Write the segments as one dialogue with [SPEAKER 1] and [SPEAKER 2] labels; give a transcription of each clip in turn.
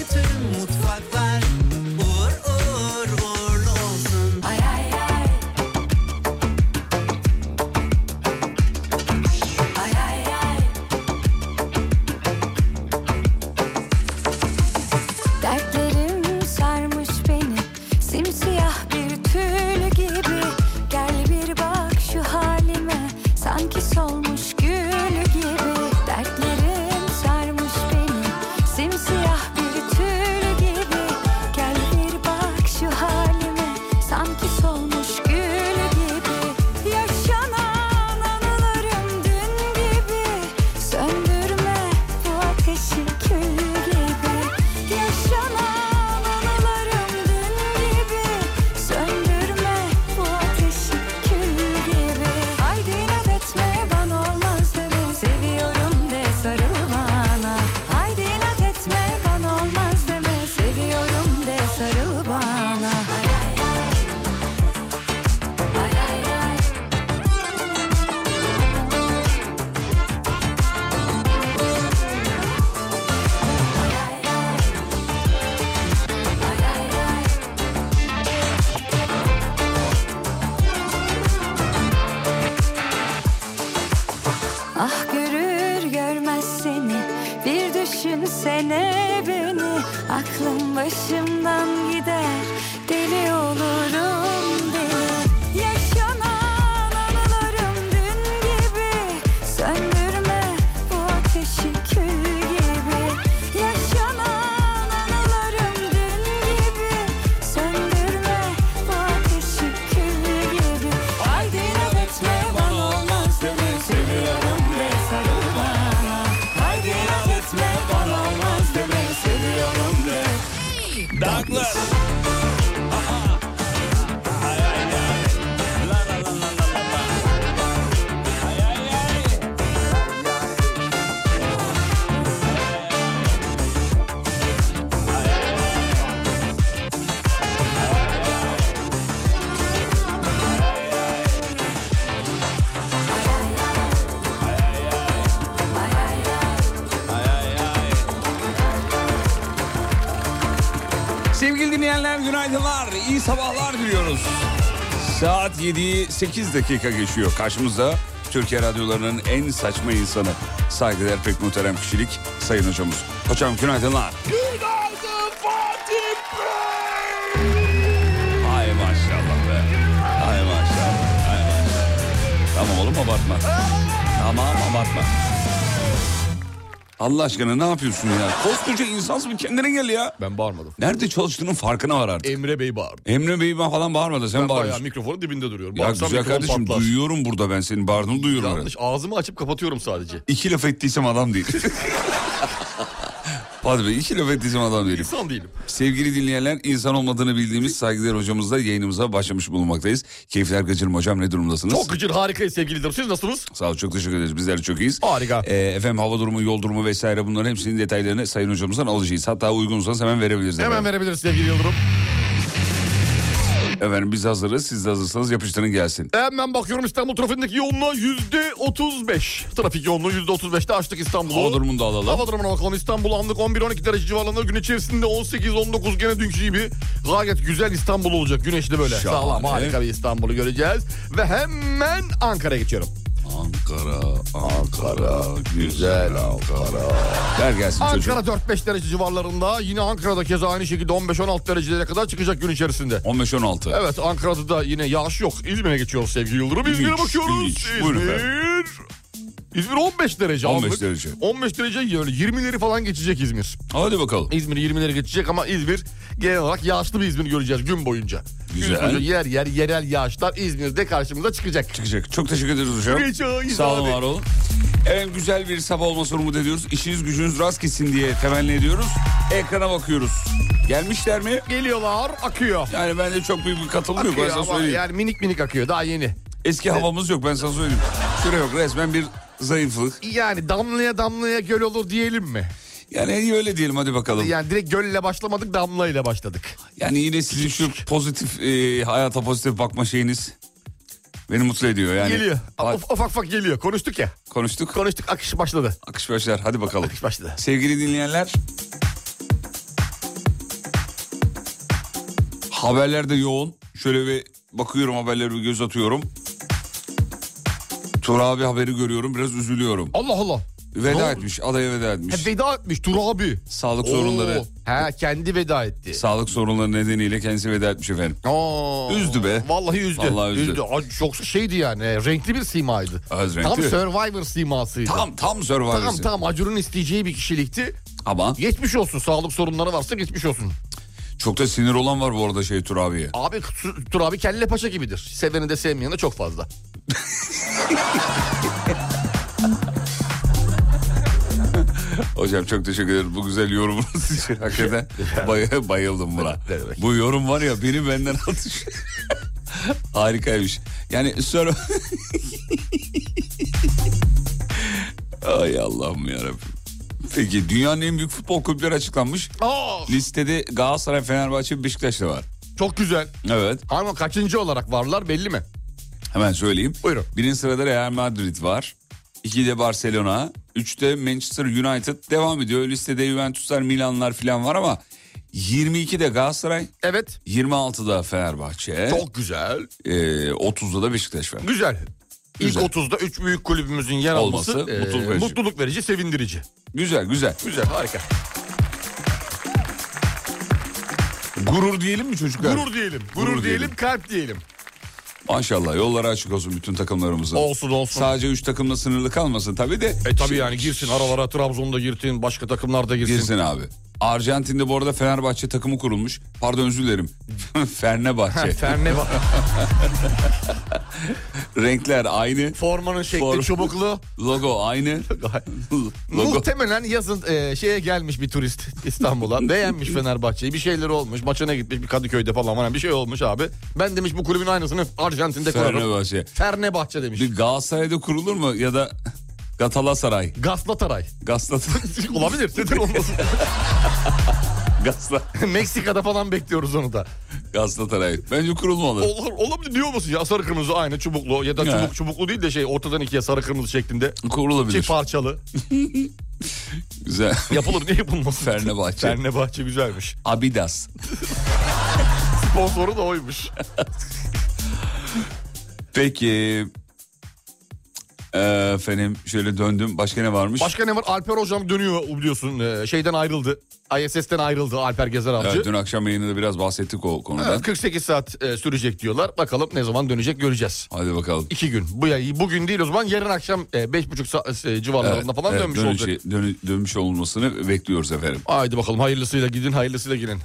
[SPEAKER 1] Bütün mutfaklar uğur uğur uğurlu olsun.
[SPEAKER 2] Dertlerim sarmış beni Simsiyah bir tül gibi Gel bir bak şu halime Sanki solmuş gül gibi Dertlerim sarmış beni Simsiyah bir tül gibi Gel bir bak şu halime Sanki solmuş gül gibi Yaşanan anılarım dün gibi Söndürme bu ateşi kül gibi Yaşanan anılarım dün gibi Söndürme bu ateşi kül gibi Haydi inat etme bana olmazları Seviyorum de sarıl bana Haydi inat etme bana olmaz deme Seviyorum de sarıl bana Ah görür görmez seni Bir düşünsene beni Aklım başımdan gider Deli olurum deli Yaşanan anılarım dün gibi Söndürme bu ateşi kül gibi Yaşanan anılarım dün gibi Söndürme bu ateşi kül gibi Haydi inat etme bana olmaz deme Seviyorum ve sarıl bana Haydi inat etme bana olmaz deme Seviyorum ve
[SPEAKER 1] Douglas.
[SPEAKER 3] Sevgili dinleyenler günaydınlar, iyi sabahlar diliyoruz. Saat 7'yi 8 dakika geçiyor. Karşımızda Türkiye radyolarının en saçma insanı. Saygıdeğer pek muhterem kişilik sayın hocamız. Hocam günaydınlar. Günaydın Fatih Bey. Ay maşallah be. Ay maşallah. Ay maşallah. Tamam oğlum abartma. Tamam abartma. Allah aşkına ne yapıyorsun ya? Koskoca insansın kendine gel ya.
[SPEAKER 4] Ben bağırmadım.
[SPEAKER 3] Nerede çalıştığının farkına var artık.
[SPEAKER 4] Emre Bey bağırdı.
[SPEAKER 3] Emre Bey ben falan bağırmadı sen
[SPEAKER 4] E- Ben bayağı
[SPEAKER 3] bağırıyorsun.
[SPEAKER 4] mikrofonun dibinde duruyorum.
[SPEAKER 3] Ya
[SPEAKER 4] Bağırsam
[SPEAKER 3] güzel
[SPEAKER 4] mikrofon
[SPEAKER 3] kardeşim
[SPEAKER 4] patlar.
[SPEAKER 3] duyuyorum burada ben senin bağırdığını duyuyorum.
[SPEAKER 4] Yanlış ağzımı açıp kapatıyorum sadece.
[SPEAKER 3] İki laf ettiysem adam değil. Padre Bey, iki laf ettiysem adam değilim.
[SPEAKER 4] İnsan değilim.
[SPEAKER 3] Sevgili dinleyenler insan olmadığını bildiğimiz saygıdeğer hocamızla yayınımıza başlamış bulunmaktayız. Keyifler kaçırma hocam ne durumdasınız?
[SPEAKER 4] Çok gıcır harikayız sevgili dinlerim. Siz nasılsınız?
[SPEAKER 3] Sağ ol çok teşekkür ederiz bizler de çok iyiyiz.
[SPEAKER 4] Harika.
[SPEAKER 3] Ee, efendim hava durumu yol durumu vesaire bunların hepsinin detaylarını sayın hocamızdan alacağız. Hatta uygunsanız hemen verebiliriz.
[SPEAKER 4] Hemen
[SPEAKER 3] efendim.
[SPEAKER 4] verebiliriz sevgili Yıldırım.
[SPEAKER 3] Efendim biz hazırız siz de hazırsanız yapıştırın gelsin.
[SPEAKER 4] Hemen bakıyorum İstanbul trafiğindeki yoğunluğa yüzde 35. Trafik yoğunluğu yüzde 35'te açtık İstanbul'u.
[SPEAKER 3] Hava durumunu da alalım.
[SPEAKER 4] Hava durumuna bakalım. İstanbul anlık 11-12 derece civarlarında gün içerisinde 18-19 gene dünkü gibi gayet güzel İstanbul olacak. Güneşli böyle.
[SPEAKER 3] Şahane.
[SPEAKER 4] Sağlam harika bir İstanbul'u göreceğiz. Ve hemen Ankara'ya geçiyorum.
[SPEAKER 3] Ankara, Ankara, güzel Ankara. Ver gelsin
[SPEAKER 4] Ankara
[SPEAKER 3] çocuğum.
[SPEAKER 4] 4-5 derece civarlarında. Yine Ankara'da keza aynı şekilde 15-16 derecelere kadar çıkacak gün içerisinde.
[SPEAKER 3] 15-16.
[SPEAKER 4] Evet Ankara'da da yine yağış yok. İzmir'e geçiyoruz sevgili Yıldırım. İzmir'e
[SPEAKER 3] İlginç,
[SPEAKER 4] bakıyoruz.
[SPEAKER 3] ilginç. Buyurun
[SPEAKER 4] İzmir. İzmir 15 derece
[SPEAKER 3] 15
[SPEAKER 4] anlık.
[SPEAKER 3] derece.
[SPEAKER 4] 15 derece yani 20'leri falan geçecek İzmir.
[SPEAKER 3] Hadi bakalım.
[SPEAKER 4] İzmir 20'leri geçecek ama İzmir genel olarak yağışlı bir İzmir göreceğiz gün boyunca.
[SPEAKER 3] Güzel.
[SPEAKER 4] Gün boyunca yer yer yerel yağışlar İzmir'de karşımıza çıkacak.
[SPEAKER 3] Çıkacak. Çok teşekkür ederiz hocam.
[SPEAKER 4] Rica ederiz
[SPEAKER 3] Sağ olun
[SPEAKER 4] abi.
[SPEAKER 3] var olun. Evet güzel bir sabah olmasını umut ediyoruz. İşiniz gücünüz rast gitsin diye temenni ediyoruz. Ekrana bakıyoruz. Gelmişler mi?
[SPEAKER 4] Geliyorlar akıyor.
[SPEAKER 3] Yani bende çok büyük bir katılım yok ben
[SPEAKER 4] Akıyor
[SPEAKER 3] sana
[SPEAKER 4] ama
[SPEAKER 3] söyleyeyim.
[SPEAKER 4] yani minik minik akıyor daha yeni.
[SPEAKER 3] Eski havamız yok ben sana söyleyeyim. Süre yok resmen bir zayıflık.
[SPEAKER 4] Yani damlaya damlaya göl olur diyelim mi?
[SPEAKER 3] Yani iyi öyle diyelim hadi bakalım.
[SPEAKER 4] Yani direkt gölle başlamadık damlayla başladık.
[SPEAKER 3] Yani yine sizin şu pozitif e, hayata pozitif bakma şeyiniz Beni mutlu ediyor yani.
[SPEAKER 4] Geliyor.
[SPEAKER 3] Bak,
[SPEAKER 4] Uf- Ufak ufak geliyor. Konuştuk ya.
[SPEAKER 3] konuştuk.
[SPEAKER 4] Konuştuk. Akış başladı.
[SPEAKER 3] Akış başlar. Hadi bakalım.
[SPEAKER 4] Akış başladı.
[SPEAKER 3] Sevgili dinleyenler. Haberler de yoğun. Şöyle bir bakıyorum haberlere bir göz atıyorum. Tur abi haberi görüyorum biraz üzülüyorum.
[SPEAKER 4] Allah Allah. Ne
[SPEAKER 3] Veda
[SPEAKER 4] oldu?
[SPEAKER 3] etmiş adaya veda etmiş.
[SPEAKER 4] He, veda etmiş Tur abi.
[SPEAKER 3] Sağlık
[SPEAKER 4] Oo.
[SPEAKER 3] sorunları.
[SPEAKER 4] He kendi veda etti.
[SPEAKER 3] Sağlık sorunları nedeniyle kendisi veda etmiş efendim.
[SPEAKER 4] Aa,
[SPEAKER 3] Üzdü be.
[SPEAKER 4] Vallahi üzdü.
[SPEAKER 3] Vallahi üzdü.
[SPEAKER 4] Ay, Çok şeydi yani. e, Renkli bir simaydı.
[SPEAKER 3] Az renkli.
[SPEAKER 4] Tam Survivor simasıydı.
[SPEAKER 3] Tam tam
[SPEAKER 4] Tamam
[SPEAKER 3] Survivor'si.
[SPEAKER 4] tamam Acun'un isteyeceği bir kişilikti.
[SPEAKER 3] Ama
[SPEAKER 4] Geçmiş olsun sağlık sorunları varsa geçmiş olsun.
[SPEAKER 3] çok da sinir olan var bu arada şey Tur abiye.
[SPEAKER 4] Abi Tur abi kelle paça gibidir. Seveni de sevmeyeni de çok fazla.
[SPEAKER 3] Hocam çok teşekkür ederim bu güzel yorumunuz için. Hakikaten bay- bayıldım buna.
[SPEAKER 4] Ne demek.
[SPEAKER 3] Bu yorum var ya beni benden atış. Harikaymış. Yani sonra... Ay Allah'ım yarabbim. Peki dünyanın en büyük futbol kulüpleri açıklanmış.
[SPEAKER 4] Aa,
[SPEAKER 3] Listede Galatasaray, Fenerbahçe, Beşiktaş da var.
[SPEAKER 4] çok güzel.
[SPEAKER 3] Evet
[SPEAKER 4] Ama kaçıncı olarak varlar belli mi?
[SPEAKER 3] hemen söyleyeyim.
[SPEAKER 4] Buyurun.
[SPEAKER 3] Birinci sırada Real Madrid var. İkide Barcelona. Üçte Manchester United devam ediyor. Listede Juventuslar, Milanlar falan var ama 22'de Galatasaray,
[SPEAKER 4] Evet.
[SPEAKER 3] 26'da Fenerbahçe,
[SPEAKER 4] Çok güzel.
[SPEAKER 3] ee, 30'da da Beşiktaş var.
[SPEAKER 4] E? Güzel. İlk
[SPEAKER 3] Güzel.
[SPEAKER 4] 30'da 3 büyük kulübümüzün yer
[SPEAKER 3] Olması
[SPEAKER 4] alması e,
[SPEAKER 3] mutluluk verici.
[SPEAKER 4] mutluluk verici, sevindirici.
[SPEAKER 3] Güzel güzel.
[SPEAKER 4] Güzel, harika.
[SPEAKER 3] Gurur diyelim mi çocuklar?
[SPEAKER 4] Gurur diyelim. Gurur,
[SPEAKER 3] Gurur
[SPEAKER 4] diyelim,
[SPEAKER 3] diyelim.
[SPEAKER 4] kalp diyelim.
[SPEAKER 3] Maşallah yolları açık olsun bütün takımlarımızın.
[SPEAKER 4] Olsun olsun.
[SPEAKER 3] Sadece 3 takımla sınırlı kalmasın tabii de.
[SPEAKER 4] e tabii yani girsin aralara Trabzon'da girsin, başka takımlarda girsin.
[SPEAKER 3] Girsin abi. Arjantin'de bu arada Fenerbahçe takımı kurulmuş. Pardon özür dilerim. Fernebahçe.
[SPEAKER 4] Ferne bak.
[SPEAKER 3] Renkler aynı.
[SPEAKER 4] Formanın şekli
[SPEAKER 3] Form-
[SPEAKER 4] çubuklu.
[SPEAKER 3] Logo aynı. Logo.
[SPEAKER 4] Muhtemelen yazın e, şeye gelmiş bir turist İstanbul'a. Beğenmiş Fenerbahçe'yi. Bir şeyleri olmuş. Maçına gitmiş bir Kadıköy'de falan falan bir şey olmuş abi. Ben demiş bu kulübün aynısını Arjantin'de kurarım.
[SPEAKER 3] Fenerbahçe.
[SPEAKER 4] Fernebahçe demiş.
[SPEAKER 3] Bir Galatasaray'da kurulur mu ya da Galatasaray.
[SPEAKER 4] Gaslataray.
[SPEAKER 3] Galatasaray.
[SPEAKER 4] Olabilir. Neden olmasın?
[SPEAKER 3] Galatasaray.
[SPEAKER 4] Meksika'da falan bekliyoruz onu da.
[SPEAKER 3] Galatasaray. Bence kurulmalı.
[SPEAKER 4] Olur, olabilir diyor musun ya? Sarı kırmızı aynı çubuklu ya da
[SPEAKER 3] Ya.
[SPEAKER 4] çubuk çubuklu değil de şey ortadan ikiye sarı kırmızı şeklinde.
[SPEAKER 3] Kurulabilir.
[SPEAKER 4] Çift parçalı.
[SPEAKER 3] Güzel.
[SPEAKER 4] Yapılır niye yapılmasın?
[SPEAKER 3] Fernebahçe.
[SPEAKER 4] Fernebahçe güzelmiş.
[SPEAKER 3] Abidas.
[SPEAKER 4] Sponsoru da oymuş.
[SPEAKER 3] Peki. Ee, Efendim şöyle döndüm. Başka ne varmış?
[SPEAKER 4] Başka ne var? Alper hocam dönüyor biliyorsun. e, Şeyden ayrıldı. ISS'ten ayrıldı Alper Gezer
[SPEAKER 3] Evet,
[SPEAKER 4] Avcı.
[SPEAKER 3] dün akşam yayında da biraz bahsettik o konudan.
[SPEAKER 4] Evet, 48 saat e, sürecek diyorlar. Bakalım ne zaman dönecek göreceğiz.
[SPEAKER 3] Hadi bakalım.
[SPEAKER 4] İki gün. Bu ya- bugün değil o zaman yarın akşam e, beş buçuk saat e, civarlarında falan
[SPEAKER 3] evet,
[SPEAKER 4] dönmüş
[SPEAKER 3] dönüşü-
[SPEAKER 4] olacak.
[SPEAKER 3] dönü- dönmüş olmasını bekliyoruz efendim.
[SPEAKER 4] Haydi bakalım hayırlısıyla gidin hayırlısıyla gelin.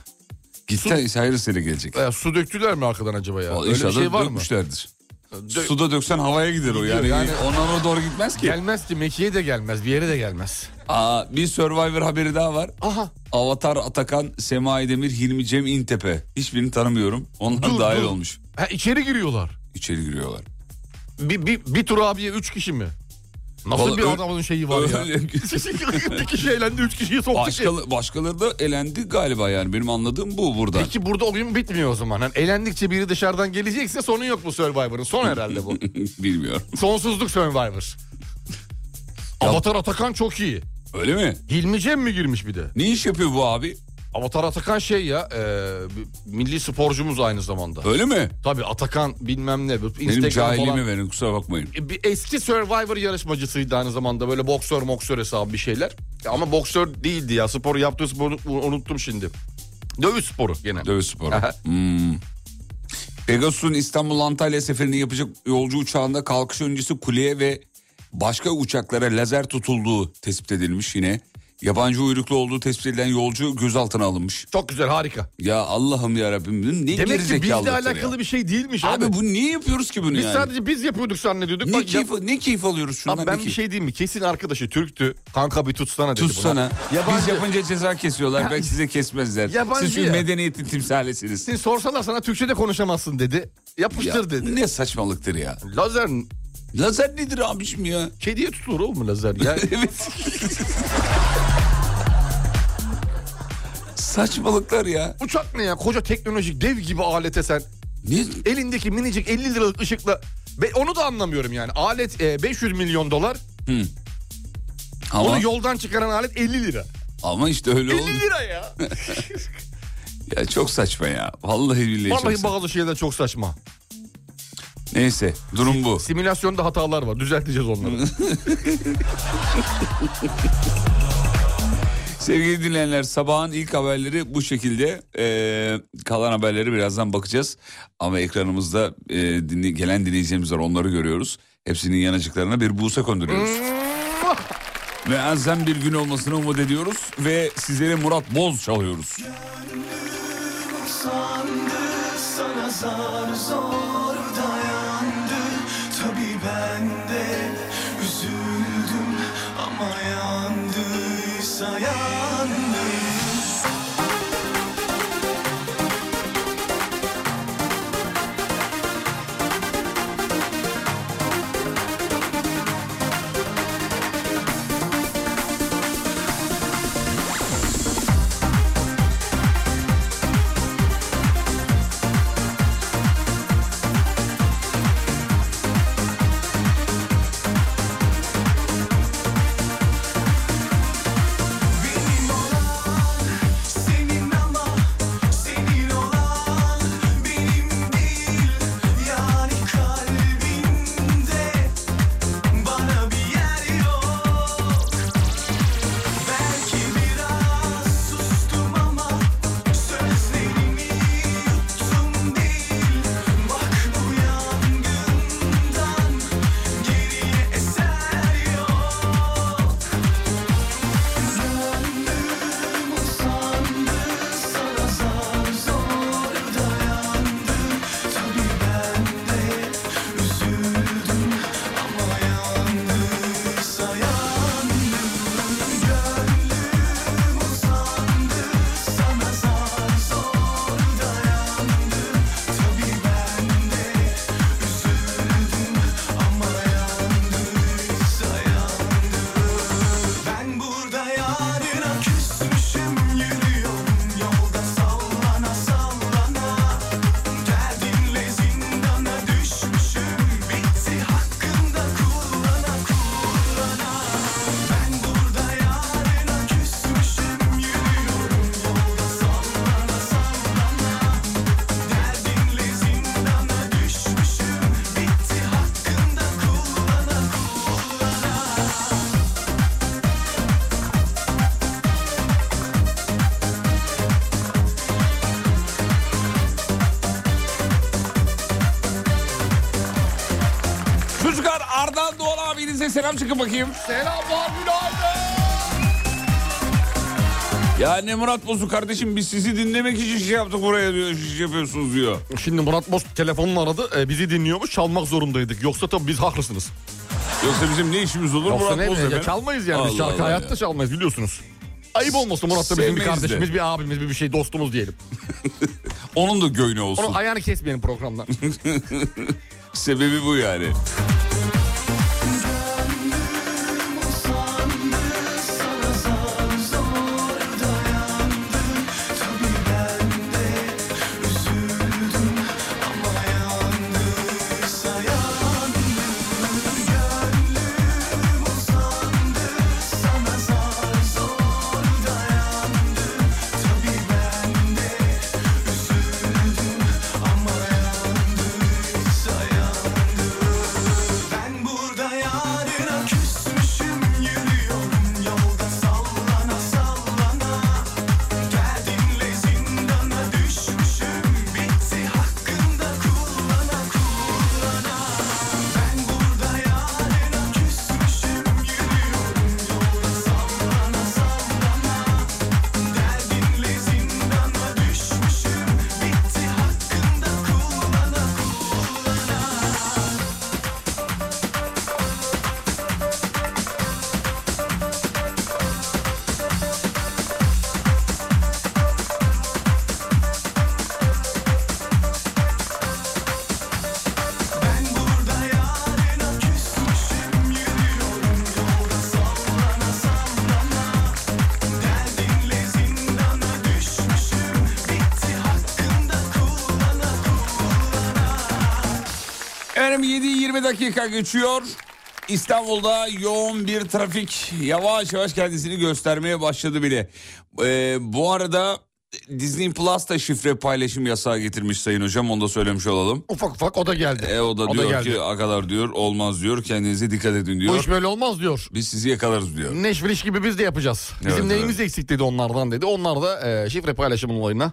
[SPEAKER 3] Gitti hayırlısıyla gelecek.
[SPEAKER 4] E, su döktüler mi arkadan acaba ya?
[SPEAKER 3] Vallahi
[SPEAKER 4] Öyle bir
[SPEAKER 3] inşallah
[SPEAKER 4] şey var mı?
[SPEAKER 3] dökmüşlerdir.
[SPEAKER 4] Dö-
[SPEAKER 3] Suda döksen havaya gider o yani.
[SPEAKER 4] yani.
[SPEAKER 3] Ondan oraya doğru gitmez ki.
[SPEAKER 4] Gelmez ki Mekke'ye de gelmez bir yere de gelmez.
[SPEAKER 3] Aa, bir Survivor haberi daha var.
[SPEAKER 4] Aha
[SPEAKER 3] Avatar Atakan, Semai Demir, Hilmi Cem İntepe. Hiçbirini tanımıyorum. Onlar
[SPEAKER 4] Dur,
[SPEAKER 3] dahil
[SPEAKER 4] dur.
[SPEAKER 3] olmuş.
[SPEAKER 4] ha, içeri giriyorlar.
[SPEAKER 3] İçeri giriyorlar.
[SPEAKER 4] Bir, bir, bir tur abiye üç kişi mi? Nasıl
[SPEAKER 3] Vallahi
[SPEAKER 4] bir
[SPEAKER 3] ö-
[SPEAKER 4] adamın şeyi var ya?
[SPEAKER 3] Öyle-
[SPEAKER 4] bir şey. kişi eğlendi üç kişiyi soktu. ki.
[SPEAKER 3] Başkalı, başkaları da elendi galiba yani. Benim anladığım bu buradan.
[SPEAKER 4] Peki burada oyun bitmiyor o zaman. Yani eğlendikçe biri dışarıdan gelecekse sonu yok bu Survivor'ın. Son herhalde bu.
[SPEAKER 3] Bilmiyorum.
[SPEAKER 4] Sonsuzluk Survivor. Avatar Atakan çok iyi.
[SPEAKER 3] Öyle mi?
[SPEAKER 4] Hilmi Cem mi girmiş bir de?
[SPEAKER 3] Ne iş yapıyor bu abi?
[SPEAKER 4] Avatar Atakan şey ya e, bir- milli sporcumuz aynı zamanda.
[SPEAKER 3] Öyle mi?
[SPEAKER 4] Tabii Atakan bilmem ne. bu
[SPEAKER 3] Benim
[SPEAKER 4] Instagram
[SPEAKER 3] cahilliğimi
[SPEAKER 4] falan.
[SPEAKER 3] verin kusura bakmayın.
[SPEAKER 4] E, bir eski Survivor yarışmacısıydı aynı zamanda böyle boksör moksör hesabı bir şeyler. E, Ama boksör değildi ya spor yaptığı sporu unuttum şimdi. Dövüş sporu gene.
[SPEAKER 3] Dövüş sporu.
[SPEAKER 4] Aha.
[SPEAKER 3] Hmm. Pegasus'un İstanbul Antalya seferini yapacak yolcu uçağında kalkış öncesi kuleye ve başka uçaklara lazer tutulduğu tespit edilmiş yine. Yabancı uyruklu olduğu tespit edilen yolcu gözaltına alınmış.
[SPEAKER 4] Çok güzel harika.
[SPEAKER 3] Ya Allah'ım ya Rabbim ne
[SPEAKER 4] Demek ki bizle
[SPEAKER 3] gerizekalıktır
[SPEAKER 4] alakalı
[SPEAKER 3] ya.
[SPEAKER 4] bir şey değilmiş abi.
[SPEAKER 3] Abi bu niye yapıyoruz ki bunu
[SPEAKER 4] Biz
[SPEAKER 3] yani?
[SPEAKER 4] sadece biz yapıyorduk zannediyorduk.
[SPEAKER 3] ne,
[SPEAKER 4] Bak,
[SPEAKER 3] keyif, ne keyif alıyoruz
[SPEAKER 4] ya-
[SPEAKER 3] şundan?
[SPEAKER 4] Abi
[SPEAKER 3] ne
[SPEAKER 4] ben bir
[SPEAKER 3] keyif?
[SPEAKER 4] şey diyeyim mi? Kesin arkadaşı Türktü. Kanka bir tutsana dedi
[SPEAKER 3] Tutsana.
[SPEAKER 4] buna. Yabancı...
[SPEAKER 3] Biz yapınca ceza kesiyorlar. Belki size kesmezler.
[SPEAKER 4] Yabancı
[SPEAKER 3] Siz bir
[SPEAKER 4] ya.
[SPEAKER 3] medeniyetin timsalesiniz.
[SPEAKER 4] Seni sorsalar sana Türkçe'de konuşamazsın dedi.
[SPEAKER 3] Ya,
[SPEAKER 4] Yapıştır dedi.
[SPEAKER 3] ne saçmalıktır ya.
[SPEAKER 4] Lazer
[SPEAKER 3] Lazer nedir abicim ya?
[SPEAKER 4] kediye tutulur oğlum bu lazer ya.
[SPEAKER 3] evet. Saçmalıklar ya.
[SPEAKER 4] Uçak ne ya? Koca teknolojik dev gibi alete sen
[SPEAKER 3] Ne?
[SPEAKER 4] elindeki minicik 50 liralık ışıkla Ve onu da anlamıyorum yani. Alet e, 500 milyon dolar.
[SPEAKER 3] Ama,
[SPEAKER 4] Onu yoldan çıkaran alet 50 lira.
[SPEAKER 3] ama işte öyle
[SPEAKER 4] 50
[SPEAKER 3] olmuyor.
[SPEAKER 4] lira ya.
[SPEAKER 3] Ya çok saçma ya. Vallahi billahi çok
[SPEAKER 4] Vallahi
[SPEAKER 3] saçma.
[SPEAKER 4] bazı şeyler çok saçma.
[SPEAKER 3] Neyse durum bu.
[SPEAKER 4] Simülasyonda hatalar var. Düzelteceğiz onları.
[SPEAKER 3] Sevgili dinleyenler sabahın ilk haberleri bu şekilde. Ee, kalan haberleri birazdan bakacağız. Ama ekranımızda e, dinle- gelen dinleyicilerimiz var onları görüyoruz. Hepsinin yanacıklarına bir buğsa konduruyoruz. Ve azem bir gün olmasını umut ediyoruz. Ve sizlere Murat Boz çalıyoruz.
[SPEAKER 1] Sandı sana zar zor dayandı Tabi ben de üzüldüm ama yandıysa yandım Benim olan senin ama senin olan benim değil yani kalbimde bana bir yer yok. Belki biraz sustum ama sözlerimi yuttum değil. Bak bu yangından geriye eser yok. Yandım, usandı, sana zar zor dayandı Tabii ben de üzüldüm ama yandıysa yandım Gönlüm usandı, sana zar zor dayandı Tabii ben de üzüldüm ama yandıysa yandım ben burada yarına küsmüşüm yürüyorum yolda sallana sallana Derdinle zindana düşmüşüm bitti hakkında kullana kullana Ben burada yarına küsmüşüm yürüyorum yolda sallana sallana Derdinle zindana düşmüşüm bitti hakkında kullana kullana
[SPEAKER 3] Çocuklar Ardan Doğan abinize selam çıkın bakayım.
[SPEAKER 4] Selamlar günaydın.
[SPEAKER 3] Ya ne Murat Boz'u kardeşim biz sizi dinlemek için şey yaptık buraya diyor. Şey yapıyorsunuz diyor.
[SPEAKER 4] Şimdi Murat Boz telefonla aradı. E, bizi dinliyormuş. Çalmak zorundaydık. Yoksa tabii biz haklısınız.
[SPEAKER 3] Yoksa bizim ne işimiz olur
[SPEAKER 4] Yoksa
[SPEAKER 3] Murat
[SPEAKER 4] ne
[SPEAKER 3] Boz
[SPEAKER 4] ya,
[SPEAKER 3] efendim?
[SPEAKER 4] çalmayız yani.
[SPEAKER 3] Allah
[SPEAKER 4] Biz şarkı
[SPEAKER 3] Allah
[SPEAKER 4] hayatta
[SPEAKER 3] ya.
[SPEAKER 4] çalmayız biliyorsunuz. Ayıp olmasın Murat da bizim bir
[SPEAKER 3] Sevmeyiz de.
[SPEAKER 4] kardeşimiz, bir abimiz, bir bir şey dostumuz diyelim.
[SPEAKER 3] Onun da göğne olsun.
[SPEAKER 4] Onun ayağını kesmeyelim programdan.
[SPEAKER 3] Sebebi bu yani.
[SPEAKER 1] Sana zar zor dayandı Tabii ben de üzüldüm ama yandıysa yandım Gönlüm usandı sana zar zor dayandı Tabii ben de üzüldüm ama yandıysa yandım ben burada yarına küsmüşüm yürüyorum yolda sallana sallana Derdinle zindana düşmüşüm bitti hakkında kullana kullana Ben burada yarına küsmüşüm yürüyorum yolda sallana sallana Derdinle zindana düşmüşüm bitti hakkında kullana kullana Ben burada yarına küsmüşüm yürüyorum yolda sallana sallana Derdinle zindana düşmüşüm bitti hakkında kullana kullana
[SPEAKER 3] Efendim 7.20 20 dakika geçiyor. İstanbul'da yoğun bir trafik yavaş yavaş kendisini göstermeye başladı bile. Ee, bu arada Disney Plus da şifre paylaşım yasağı getirmiş sayın hocam onu da söylemiş olalım.
[SPEAKER 4] Ufak ufak o da geldi.
[SPEAKER 3] E, o da
[SPEAKER 4] O da
[SPEAKER 3] diyor
[SPEAKER 4] geldi.
[SPEAKER 3] ki akalar diyor olmaz diyor kendinize dikkat edin
[SPEAKER 4] Bu
[SPEAKER 3] diyor.
[SPEAKER 4] iş böyle olmaz diyor.
[SPEAKER 3] Biz sizi yakalarız diyor.
[SPEAKER 4] Neşvil iş gibi biz de yapacağız. Bizim
[SPEAKER 3] Evet,
[SPEAKER 4] neyimiz eksik dedi onlardan dedi. Onlar da e, şifre paylaşımının olayına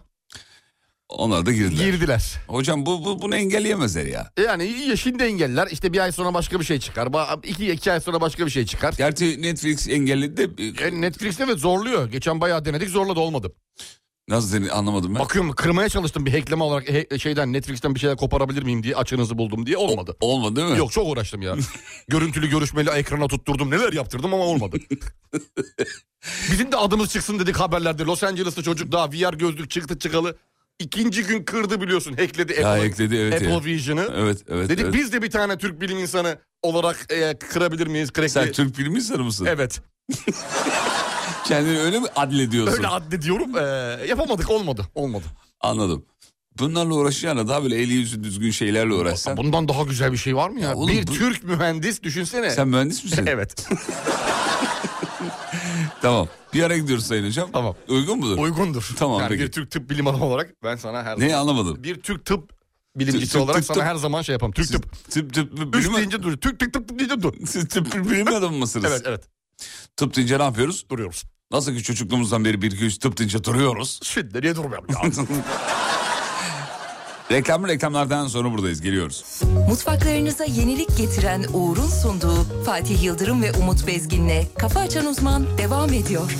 [SPEAKER 3] Onlar da girdiler.
[SPEAKER 4] girdiler.
[SPEAKER 3] Hocam bu, bu bunu engelleyemezler ya.
[SPEAKER 4] Yani ya şimdi engeller işte bir ay sonra başka bir şey çıkar. Ba- iki, iki ay sonra başka bir şey çıkar.
[SPEAKER 3] Gerçi Netflix engelledi de e,
[SPEAKER 4] E, Netflix evet zorluyor. Geçen bayağı denedik zorladı olmadı.
[SPEAKER 3] nasıl denir anlamadım ben.
[SPEAKER 4] Bakıyorum kırmaya çalıştım bir hackleme olarak he- şeyden Netflix'ten bir şeyler koparabilir miyim diye açığınızı buldum diye olmadı.
[SPEAKER 3] Olmadı değil mi?
[SPEAKER 4] Yok çok uğraştım ya. Görüntülü görüşmeli ekrana tutturdum neler yaptırdım ama olmadı. Bizim de adımız çıksın dedik haberlerde. Los Angeles'ta çocuk daha VR gözlük çıktı çıkalı. ikinci gün kırdı biliyorsun hackledi Apple,
[SPEAKER 3] Ya ekledi evet.
[SPEAKER 4] Apple
[SPEAKER 3] ya.
[SPEAKER 4] Vision'ı.
[SPEAKER 3] Evet evet.
[SPEAKER 4] Dedik
[SPEAKER 3] evet.
[SPEAKER 4] biz de bir tane Türk bilim insanı olarak e, kırabilir miyiz? Crackli-
[SPEAKER 3] Sen Türk bilim insanı mısın?
[SPEAKER 4] Evet.
[SPEAKER 3] Kendini öyle mi adlediyorsun?
[SPEAKER 4] Öyle addediyorum. E, yapamadık olmadı. Olmadı.
[SPEAKER 3] Anladım. Bunlarla uğraşacağına daha böyle eli yüzü düzgün şeylerle uğraşsan.
[SPEAKER 4] Bundan daha güzel bir şey var mı ya?
[SPEAKER 3] Ya oğlum
[SPEAKER 4] bir
[SPEAKER 3] bu-
[SPEAKER 4] Türk mühendis düşünsene.
[SPEAKER 3] Sen mühendis misin?
[SPEAKER 4] Evet.
[SPEAKER 3] Tamam. Bir ara gidiyoruz Sayın Hocam.
[SPEAKER 4] Tamam.
[SPEAKER 3] Uygun mudur?
[SPEAKER 4] Uygundur.
[SPEAKER 3] Tamam,
[SPEAKER 4] yani
[SPEAKER 3] peki.
[SPEAKER 4] bir Türk tıp bilim adamı olarak ben sana her
[SPEAKER 3] Neyi anlamadım?
[SPEAKER 4] bir Türk tıp bilimcisi
[SPEAKER 3] Türk- Türk
[SPEAKER 4] olarak
[SPEAKER 3] tıp-
[SPEAKER 4] sana her zaman şey yapam. Türk
[SPEAKER 3] Siz
[SPEAKER 4] tıp.
[SPEAKER 3] tıp tıp bilim,
[SPEAKER 4] Üç deyince dur. Türk tıp tıp tıp deyince dur.
[SPEAKER 3] Siz tıp bilim adamı mısınız?
[SPEAKER 4] Evet evet
[SPEAKER 3] Tıp deyince ne yapıyoruz?
[SPEAKER 4] duruyoruz.
[SPEAKER 3] Nasıl ki çocukluğumuzdan beri bir iki üç tıp deyince duruyoruz.
[SPEAKER 4] Şimdi niye durmayalım ya?
[SPEAKER 3] Reklamlı reklamlardan sonra buradayız. Geliyoruz.
[SPEAKER 5] Mutfaklarınıza yenilik getiren Uğur'un sunduğu Fatih Yıldırım ve Umut Bezgin'le Kafa Açan Uzman devam ediyor.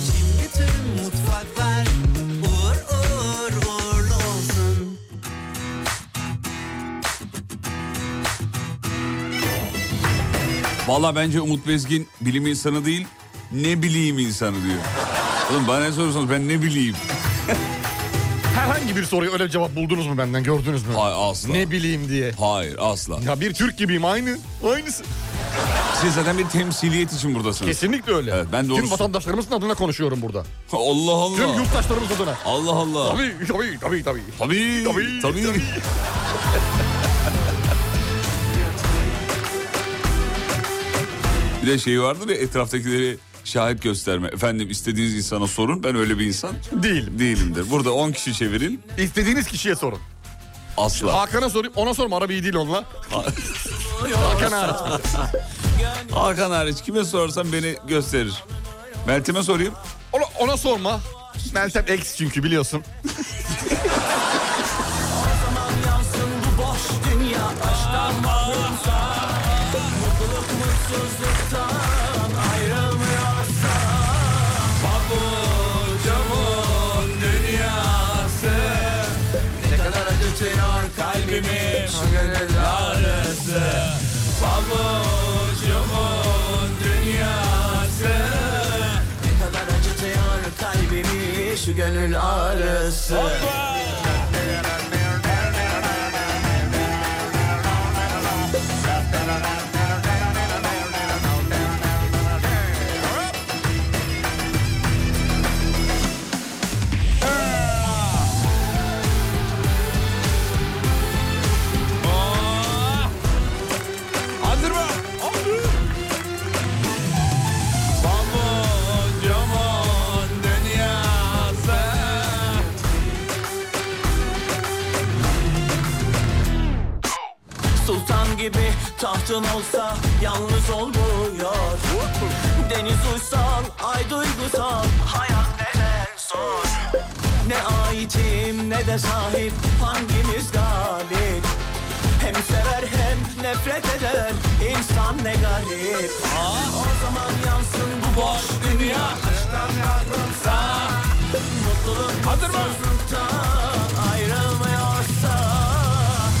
[SPEAKER 1] Bütün mutfaklar uğur uğur uğurlu olsun.
[SPEAKER 3] Valla bence Umut Bezgin bilim insanı değil, ne bileyim insanı diyor. Oğlum bana ne sorursanız ben ne bileyim.
[SPEAKER 4] Herhangi bir soruya öyle cevap buldunuz mu benden gördünüz mü?
[SPEAKER 3] Hayır asla.
[SPEAKER 4] Ne bileyim diye.
[SPEAKER 3] Hayır asla.
[SPEAKER 4] Ya bir Türk gibiyim aynı. Aynısı.
[SPEAKER 3] Siz zaten bir temsiliyet için buradasınız.
[SPEAKER 4] Kesinlikle öyle.
[SPEAKER 3] Evet, ben de
[SPEAKER 4] Tüm
[SPEAKER 3] onu-
[SPEAKER 4] vatandaşlarımızın adına konuşuyorum burada.
[SPEAKER 3] Allah Allah.
[SPEAKER 4] Tüm yurttaşlarımız adına.
[SPEAKER 3] Allah Allah.
[SPEAKER 4] Tabii tabii tabii tabii.
[SPEAKER 3] Tabii. Tabii.
[SPEAKER 4] Tabii, tabii.
[SPEAKER 3] bir de şey vardır ya etraftakileri şahit gösterme. Efendim istediğiniz insana sorun ben öyle bir insan
[SPEAKER 4] Değilim.
[SPEAKER 3] değilimdir. Burada 10 kişi çevirin
[SPEAKER 4] İstediğiniz kişiye sorun.
[SPEAKER 3] asla.
[SPEAKER 4] Hakan'a sorayım ona sorma arabi iyi değil onunla. Hakan hariç.
[SPEAKER 3] Hakan hariç kime sorsam beni gösterir. Meltem'e sorayım.
[SPEAKER 4] Ona, ona sorma. Meltem ex çünkü biliyorsun.
[SPEAKER 1] kadar acıtıyor kalbimi şu gönül ağrısı.
[SPEAKER 3] Andırma.
[SPEAKER 6] Sultan gibi tahtın olsa yalnız olmuyor Deniz uysal, ay duygusal, hayat neden zor Ne aitim ne de sahip, hangimiz galip Hem sever hem nefret eder, insan ne garip O zaman yansın bu boş dünya Aşktan yalnızsa, mutluluk mutsuzluktan ayrılmıyorsa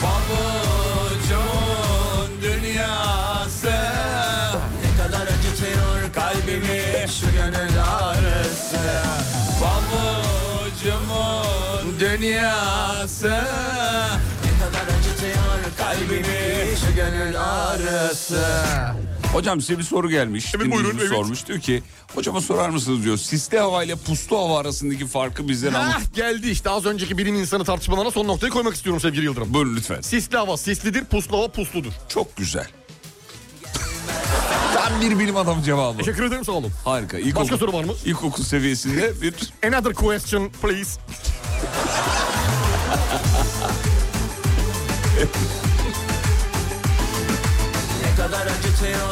[SPEAKER 6] Pabucumun dünyası Ne kadar acıtıyor kalbimi şu gönül ağrısı Pabucumun dünyası Ne kadar acıtıyor kalbimi şu gönül ağrısı
[SPEAKER 3] Hocam size bir soru gelmiş.
[SPEAKER 4] Evet, buyurun,
[SPEAKER 3] Dinleyicimiz
[SPEAKER 4] evet.
[SPEAKER 3] Sormuş diyor ki hocama sorar mısınız diyor. Sisli hava ile puslu hava arasındaki farkı bizden anlat.
[SPEAKER 4] Hah geldi işte az önceki bilim insanı tartışmalarına son noktayı koymak istiyorum sevgili Yıldırım.
[SPEAKER 3] Buyurun lütfen.
[SPEAKER 4] Sisli hava sislidir, puslu hava pusludur.
[SPEAKER 3] Çok güzel. Tam bir bilim adamı cevabı.
[SPEAKER 4] Teşekkür ederim sağ olun.
[SPEAKER 3] Harika. İlkokul,
[SPEAKER 4] Başka soru var mı?
[SPEAKER 3] İlkokul seviyesinde bir
[SPEAKER 4] Another question please.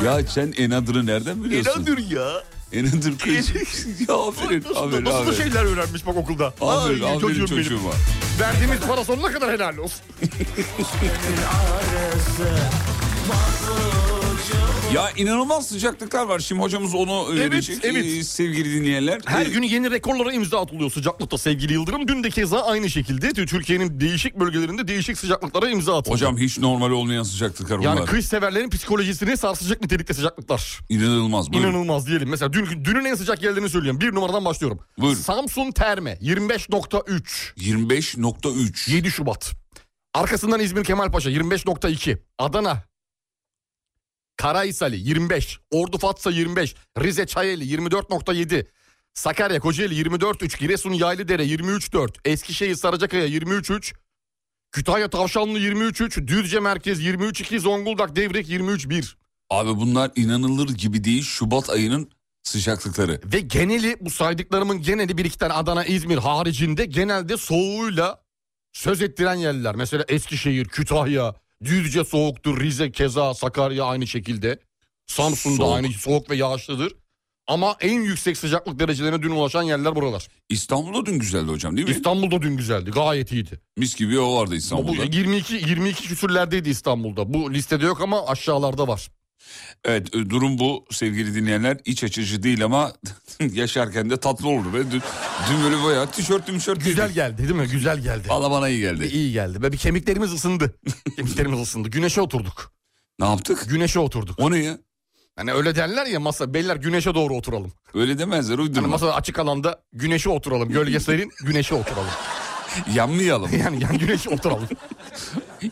[SPEAKER 3] Ya sen Enadır'ı nereden biliyorsun? Enadır ya. Enadır kız. ya aferin aferin
[SPEAKER 4] Nasıl da
[SPEAKER 3] aferin.
[SPEAKER 4] şeyler öğrenmiş bak okulda.
[SPEAKER 3] Aferin
[SPEAKER 4] şey- Ay,
[SPEAKER 3] aferin
[SPEAKER 4] çocuğum benim.
[SPEAKER 3] çocuğuma.
[SPEAKER 4] Verdiğimiz para sonuna kadar helal olsun.
[SPEAKER 3] Ya inanılmaz sıcaklıklar var. Şimdi hocamız onu öğrenecek
[SPEAKER 4] evet.
[SPEAKER 3] Ee, sevgili dinleyenler.
[SPEAKER 4] Her
[SPEAKER 3] Ee,
[SPEAKER 4] gün yeni rekorlara imza atılıyor sıcaklıkta sevgili Yıldırım. Dün de keza aynı şekilde Türkiye'nin değişik bölgelerinde değişik sıcaklıklara imza atıldı.
[SPEAKER 3] Hocam hiç normal olmayan sıcaklıklar bunlar.
[SPEAKER 4] yani kış severlerin psikolojisini sarsacak nitelikte sıcaklıklar.
[SPEAKER 3] İnanılmaz. Buyurun.
[SPEAKER 4] İnanılmaz diyelim. Mesela dün, dünün en sıcak yerlerini söyleyeyim. Bir numaradan başlıyorum.
[SPEAKER 3] Buyurun.
[SPEAKER 4] Samsun Terme 25.3.
[SPEAKER 3] 25.3.
[SPEAKER 4] 7 Şubat. Arkasından İzmir Kemalpaşa 25.2. Adana. Karahisali 25. Ordu Fatsa 25. Rize Çayeli 24.7. Sakarya Kocaeli 24.3. Giresun Yaylıdere 23.4. Eskişehir Sarıcakaya 23.3. Kütahya Tavşanlı 23.3. Düzce Merkez 23.2. Zonguldak Devrek 23.1.
[SPEAKER 3] Abi bunlar inanılır gibi değil. Şubat ayının sıcaklıkları.
[SPEAKER 4] Ve geneli bu saydıklarımın geneli bir iki tane Adana, İzmir haricinde genelde soğuğuyla söz ettiren yerler. Mesela Eskişehir, Kütahya, Düzce soğuktur, Rize keza, Sakarya aynı şekilde. Samsun'da
[SPEAKER 3] Soğuk.
[SPEAKER 4] aynı soğuk ve yağışlıdır. Ama en yüksek sıcaklık derecelerine dün ulaşan yerler buralar.
[SPEAKER 3] İstanbul'da dün güzeldi hocam değil mi?
[SPEAKER 4] İstanbul'da dün güzeldi, gayet iyiydi.
[SPEAKER 3] Mis gibi o vardı
[SPEAKER 4] Bu
[SPEAKER 3] İstanbul'da.
[SPEAKER 4] 22 22 küsürlerdeydi İstanbul'da. Bu listede yok ama aşağılarda var.
[SPEAKER 3] Evet e, durum bu sevgili dinleyenler. İç açıcı değil ama yaşarken de tatlı oldu. Ve dün, dün böyle bayağı tişört tişört
[SPEAKER 4] Güzel geldi değil mi? Güzel geldi.
[SPEAKER 3] Valla bana iyi geldi.
[SPEAKER 4] İyi geldi. Ve bir kemiklerimiz ısındı. kemiklerimiz ısındı. Güneşe oturduk.
[SPEAKER 3] Ne yaptık?
[SPEAKER 4] Güneşe oturduk.
[SPEAKER 3] O ne ya?
[SPEAKER 4] Hani öyle derler ya masa beyler güneşe doğru oturalım.
[SPEAKER 3] Öyle demezler
[SPEAKER 4] Hani
[SPEAKER 3] uydurma.
[SPEAKER 4] masada açık alanda güneşe oturalım. Gölge serin güneşe oturalım.
[SPEAKER 3] Yanmayalım.
[SPEAKER 4] Yani yan güneşe oturalım.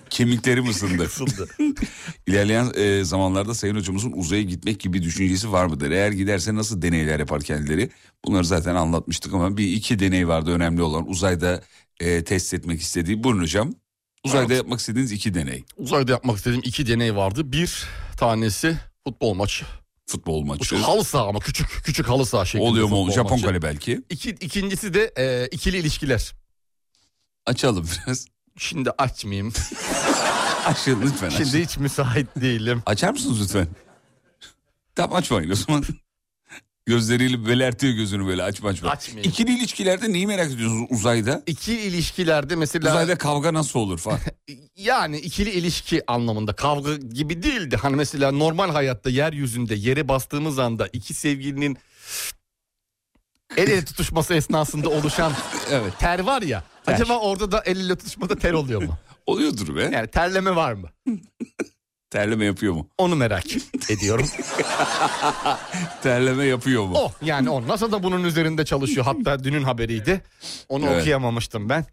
[SPEAKER 3] Kemiklerim ısındı. İlerleyen e, zamanlarda Sayın Hocamızın uzaya gitmek gibi düşüncesi var mıdır? Eğer giderse nasıl deneyler yapar kendileri? Bunları zaten anlatmıştık ama bir iki deney vardı önemli olan. Uzayda e, test etmek istediği. Buyurun hocam. Uzayda
[SPEAKER 4] Evet.
[SPEAKER 3] yapmak istediğiniz iki deney.
[SPEAKER 4] Uzayda yapmak istediğim iki deney vardı. Bir tanesi futbol maçı.
[SPEAKER 3] Futbol
[SPEAKER 4] Bu
[SPEAKER 3] maçı.
[SPEAKER 4] şu halı saha ama küçük küçük halı saha şeklinde.
[SPEAKER 3] Oluyor mu?
[SPEAKER 4] futbol
[SPEAKER 3] oluyor? Japon
[SPEAKER 4] maçı.
[SPEAKER 3] kale belki.
[SPEAKER 4] İki, ikincisi de e, ikili ilişkiler.
[SPEAKER 3] Açalım biraz.
[SPEAKER 4] Şimdi açmayayım.
[SPEAKER 3] Açın lütfen. açın.
[SPEAKER 4] Şimdi hiç müsait değilim.
[SPEAKER 3] Açar mısınız lütfen? Tamam açmayın o zaman. Gözleriyle belertiyor gözünü böyle açma açma.
[SPEAKER 4] Açmayayım.
[SPEAKER 3] İkili ilişkilerde neyi merak ediyorsunuz uzayda?
[SPEAKER 4] İki ilişkilerde mesela
[SPEAKER 3] Uzayda kavga nasıl olur falan.
[SPEAKER 4] yani ikili ilişki anlamında kavga gibi değildi. Hani mesela normal hayatta yeryüzünde yere bastığımız anda iki sevgilinin el ele tutuşması esnasında oluşan
[SPEAKER 3] evet.
[SPEAKER 4] ter var ya. Acaba orada da el ele tutuşmada ter oluyor mu?
[SPEAKER 3] Oluyordur be.
[SPEAKER 4] Yani terleme var mı?
[SPEAKER 3] Terleme yapıyor mu?
[SPEAKER 4] Onu merak ediyorum.
[SPEAKER 3] Terleme yapıyor mu?
[SPEAKER 4] O yani o NASA da bunun üzerinde çalışıyor. Hatta dünün haberiydi. Onu
[SPEAKER 3] Evet.
[SPEAKER 4] okuyamamıştım ben.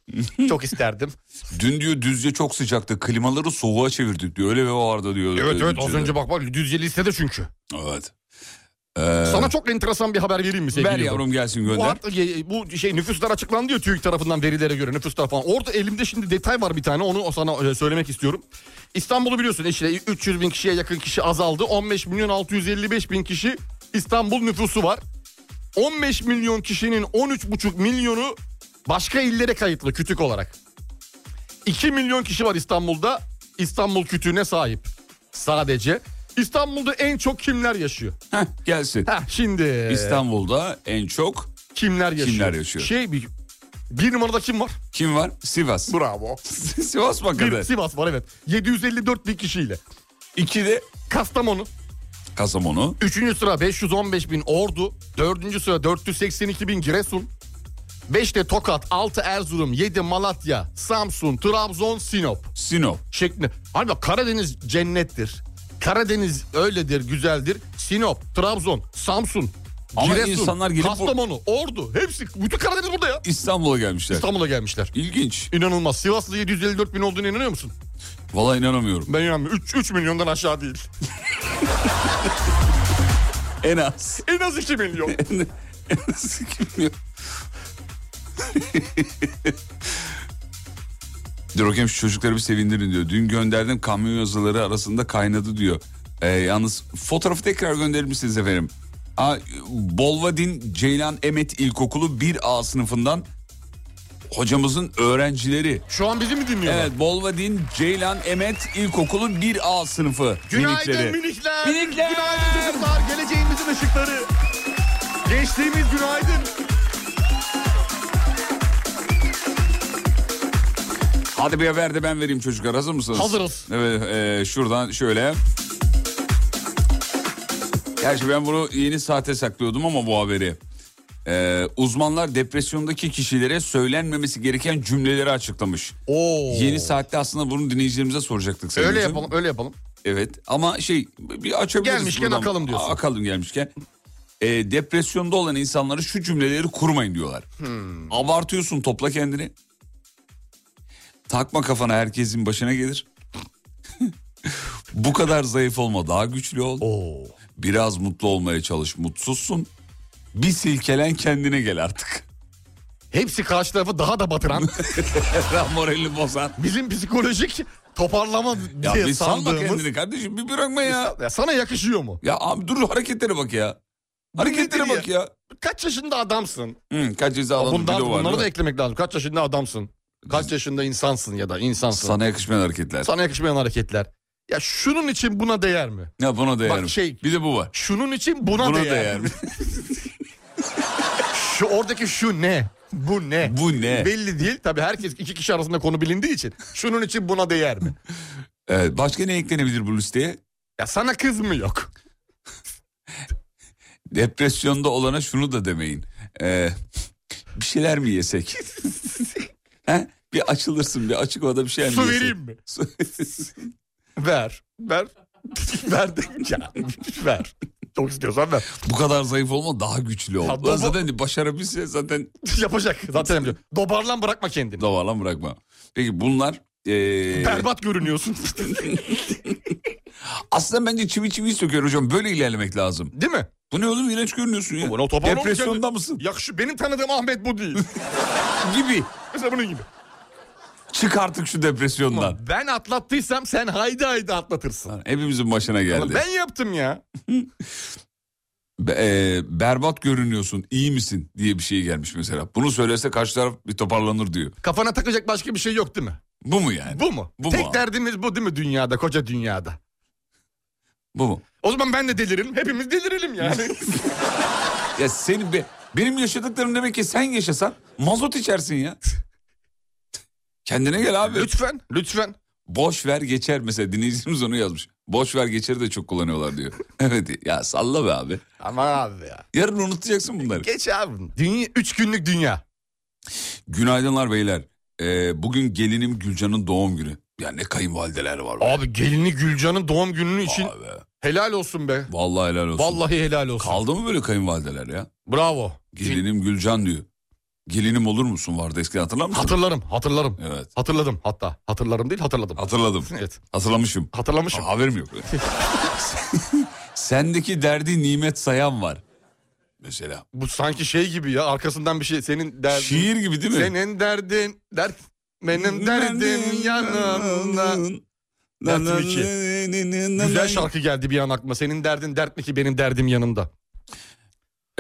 [SPEAKER 4] Çok isterdim.
[SPEAKER 3] Dün diyor düzce çok sıcaktı. Klimaları soğuğa çevirdik diyor. Öyle bir vardı diyor.
[SPEAKER 4] evet evet az
[SPEAKER 3] Düzce'de.
[SPEAKER 4] önce bak bak düzce listede çünkü.
[SPEAKER 3] Evet. Ee,
[SPEAKER 4] Sana çok enteresan bir haber vereyim mi sevgili?
[SPEAKER 3] ver
[SPEAKER 4] Yıldırım?
[SPEAKER 3] yavrum gelsin
[SPEAKER 4] Bu,
[SPEAKER 3] gönder.
[SPEAKER 4] artık, e, bu şey nüfuslar açıklandı ya TÜİK tarafından verilere göre nüfuslar falan. Orada elimde şimdi detay var bir tane onu sana e, söylemek istiyorum. İstanbul'u biliyorsun işte 300 bin kişiye yakın kişi azaldı. 15 milyon 655 bin kişi İstanbul nüfusu var. 15 milyon kişinin 13,5 milyonu başka illere kayıtlı kütük olarak. 2 milyon kişi var İstanbul'da. İstanbul kütüğüne sahip. Sadece. İstanbul'da en çok kimler yaşıyor?
[SPEAKER 3] Heh, gelsin.
[SPEAKER 4] Heh, şimdi
[SPEAKER 3] İstanbul'da en çok
[SPEAKER 4] kimler yaşıyor?
[SPEAKER 3] Kimler yaşıyor?
[SPEAKER 4] Şey bir, bir numarada kim var?
[SPEAKER 3] kim var? Sivas.
[SPEAKER 4] Bravo.
[SPEAKER 3] Sivas mı
[SPEAKER 4] Bir
[SPEAKER 3] kadar?
[SPEAKER 4] Sivas var evet. 754 bin kişiyle.
[SPEAKER 3] İki de
[SPEAKER 4] Kastamonu.
[SPEAKER 3] Kastamonu.
[SPEAKER 4] Üçüncü sıra 515 bin Ordu. Dördüncü sıra 482 bin Giresun. Beşte Tokat, altı Erzurum, yedi Malatya, Samsun, Trabzon, Sinop
[SPEAKER 3] Sinop.
[SPEAKER 4] şeklinde. Hani bak Karadeniz cennettir. Karadeniz öyledir, güzeldir. Sinop, Trabzon, Samsun,
[SPEAKER 3] Ama
[SPEAKER 4] Giresun,
[SPEAKER 3] insanlar gelip bu-
[SPEAKER 4] Kastamonu, Ordu hepsi bütün Karadeniz burada ya.
[SPEAKER 3] İstanbul'a gelmişler.
[SPEAKER 4] İstanbul'a gelmişler.
[SPEAKER 3] İlginç.
[SPEAKER 4] İnanılmaz. Sivaslı 754 bin olduğunu inanıyor musun?
[SPEAKER 3] Vallahi inanamıyorum.
[SPEAKER 4] Ben inanmıyorum. 3, 3 milyondan aşağı değil.
[SPEAKER 3] En az.
[SPEAKER 4] En az 2 milyon.
[SPEAKER 3] En az kim biliyor? Dur bakayım şu çocukları bir sevindirin diyor. Dün gönderdim kamyon yazıları arasında kaynadı diyor. Ee, yalnız fotoğrafı tekrar gönderir misiniz efendim? Aa, Bolvadin Ceylan Emet İlkokulu 1A sınıfından hocamızın öğrencileri.
[SPEAKER 4] Şu an bizi mi dinliyorlar?
[SPEAKER 3] Evet Bolvadin Ceylan Emet İlkokulu 1A sınıfı
[SPEAKER 4] Günaydın
[SPEAKER 3] minikleri.
[SPEAKER 4] minikler.
[SPEAKER 3] Minikler.
[SPEAKER 4] Günaydın çocuklar. Geleceğimizin ışıkları. Geçtiğimiz günaydın.
[SPEAKER 3] Hadi bir haber de ben vereyim çocuklar hazır mısınız?
[SPEAKER 4] Hazırız.
[SPEAKER 3] Evet e, şuradan şöyle. Gerçi ben bunu yeni saate saklıyordum ama bu haberi. E, uzmanlar depresyondaki kişilere söylenmemesi gereken cümleleri açıklamış.
[SPEAKER 4] Oo.
[SPEAKER 3] Yeni saatte aslında bunu dinleyicilerimize soracaktık. Sayın
[SPEAKER 4] Öyle
[SPEAKER 3] Hocam.
[SPEAKER 4] yapalım, öyle yapalım.
[SPEAKER 3] Evet ama şey bir açabiliriz.
[SPEAKER 4] Gelmişken
[SPEAKER 3] buradan.
[SPEAKER 4] akalım diyorsun.
[SPEAKER 3] A- Akalım gelmişken. E, depresyonda olan insanlara şu cümleleri kurmayın diyorlar.
[SPEAKER 4] Hmm.
[SPEAKER 3] Abartıyorsun topla kendini. Takma kafana herkesin başına gelir. Bu kadar zayıf olma daha güçlü ol.
[SPEAKER 4] Oo.
[SPEAKER 3] Biraz mutlu olmaya çalış mutsuzsun. Bir silkelen kendine gel artık.
[SPEAKER 4] Hepsi karşı tarafı daha da batıran
[SPEAKER 3] Moralini bozan.
[SPEAKER 4] bizim psikolojik toparlama
[SPEAKER 3] Ya
[SPEAKER 4] diye
[SPEAKER 3] bir salma
[SPEAKER 4] sandığımız.
[SPEAKER 3] kendini kardeşim bir bırakma ya.
[SPEAKER 4] Ya sana yakışıyor mu?
[SPEAKER 3] Ya abi dur hareketlere bak ya. Hareketlere
[SPEAKER 4] nedir
[SPEAKER 3] bak ya.
[SPEAKER 4] Kaç yaşında adamsın?
[SPEAKER 3] Hı, kaç ceza alanı
[SPEAKER 4] Bundan,
[SPEAKER 3] bile var.
[SPEAKER 4] bunları
[SPEAKER 3] değil
[SPEAKER 4] da
[SPEAKER 3] mi?
[SPEAKER 4] eklemek lazım. Kaç yaşında adamsın? Kaç yaşında insansın ya da insansın?
[SPEAKER 3] Sana yakışmayan hareketler.
[SPEAKER 4] Sana yakışmayan hareketler. Ya şunun için buna değer mi?
[SPEAKER 3] Ya buna değer
[SPEAKER 4] Bak
[SPEAKER 3] mi?
[SPEAKER 4] şey-
[SPEAKER 3] Bir de bu var.
[SPEAKER 4] Şunun için buna,
[SPEAKER 3] Buna
[SPEAKER 4] değer.
[SPEAKER 3] değer mi?
[SPEAKER 4] Şu oradaki şu ne? Bu ne?
[SPEAKER 3] Bu ne?
[SPEAKER 4] Belli değil. Tabii herkes iki kişi arasında konu bilindiği için. Şunun için buna değer mi?
[SPEAKER 3] Evet, Ee, başka ne eklenebilir bu listeye?
[SPEAKER 4] Ya sana kız mı yok?
[SPEAKER 3] Depresyonda olana şunu da demeyin. Ee, bir şeyler mi yesek? He? Bir açılırsın bir açık havada bir şeyler mi
[SPEAKER 4] Su
[SPEAKER 3] yesek?
[SPEAKER 4] vereyim mi?
[SPEAKER 3] Su-
[SPEAKER 4] Ver. Ver. ver de ya. Ver. Çok istiyorsan ver.
[SPEAKER 3] bu kadar zayıf olma daha güçlü ol.
[SPEAKER 4] Ya
[SPEAKER 3] Lan
[SPEAKER 4] baba-
[SPEAKER 3] Zaten başarabilse zaten
[SPEAKER 4] Yapacak. Zaten yapacak. Dobarlan bırakma kendini.
[SPEAKER 3] davalan bırakma. Peki bunlar... ee,
[SPEAKER 4] Berbat görünüyorsun.
[SPEAKER 3] aslında bence çivi çiviyi söküyor hocam. Böyle ilerlemek lazım.
[SPEAKER 4] değil mi?
[SPEAKER 3] Bu ne oğlum iğrenç görünüyorsun ya.
[SPEAKER 4] Bu ne, toparlan oğlum
[SPEAKER 3] Depresyonda
[SPEAKER 4] kendini.
[SPEAKER 3] mısın?
[SPEAKER 4] Ya şu benim tanıdığım Ahmet bu değil.
[SPEAKER 3] Gibi.
[SPEAKER 4] Mesela bunun gibi.
[SPEAKER 3] Çık artık şu depresyondan.
[SPEAKER 4] Ben atlattıysam sen haydi haydi atlatırsın.
[SPEAKER 3] Lan Hepimizin başına geldi.
[SPEAKER 4] Ben yaptım ya.
[SPEAKER 3] Be- e, berbat görünüyorsun, iyi misin diye bir şey gelmiş mesela. Bunu söylese karşı taraf bir toparlanır diyor.
[SPEAKER 4] Kafana takacak başka bir şey yok değil mi?
[SPEAKER 3] Bu mu yani?
[SPEAKER 4] Bu mu?
[SPEAKER 3] Bu
[SPEAKER 4] Tek
[SPEAKER 3] mu?
[SPEAKER 4] derdimiz bu değil mi dünyada, koca dünyada?
[SPEAKER 3] Bu mu?
[SPEAKER 4] O zaman ben de deliririm. Hepimiz delirelim yani.
[SPEAKER 3] Ya senin be, benim yaşadıklarım demek ki sen yaşasan mazot içersin ya. Kendine gel abi.
[SPEAKER 4] lütfen, lütfen.
[SPEAKER 3] Boş ver geçer mesela dinleyicimiz onu yazmış. Boş ver geçeri de çok kullanıyorlar diyor. evet ya salla be abi.
[SPEAKER 4] Aman abi ya.
[SPEAKER 3] Yarın unutacaksın bunları.
[SPEAKER 4] Geç abi. Dünya, üç günlük dünya.
[SPEAKER 3] Günaydınlar beyler. Ee, bugün gelinim Gülcan'ın doğum günü. Ya ne kayınvalideler var. be.
[SPEAKER 4] Abi gelini Gülcan'ın doğum gününü için
[SPEAKER 3] Vay be.
[SPEAKER 4] helal olsun be.
[SPEAKER 3] Vallahi helal olsun.
[SPEAKER 4] Vallahi helal olsun.
[SPEAKER 3] Kaldı mı böyle kayınvalideler ya?
[SPEAKER 4] Bravo.
[SPEAKER 3] Gelinim Gülcan diyor. Gelinim olur musun vardı eskiden hatırlar mısın?
[SPEAKER 4] Hatırlarım, hatırlarım.
[SPEAKER 3] Evet.
[SPEAKER 4] Hatırladım hatta. Hatırlarım değil, hatırladım.
[SPEAKER 3] Hatırladım.
[SPEAKER 4] Evet.
[SPEAKER 3] Hatırlamışım.
[SPEAKER 4] Hatırlamışım.
[SPEAKER 3] Aa, haberim yok. Sendeki derdi nimet sayan var. Mesela.
[SPEAKER 4] Bu sanki şey gibi ya arkasından bir şey senin derdin.
[SPEAKER 3] Şiir gibi değil mi?
[SPEAKER 4] Senin derdin, dert benim derdim yanımda. Dertim iki. Güzel şarkı geldi bir an aklıma. Senin derdin dert mi ki benim derdim yanımda.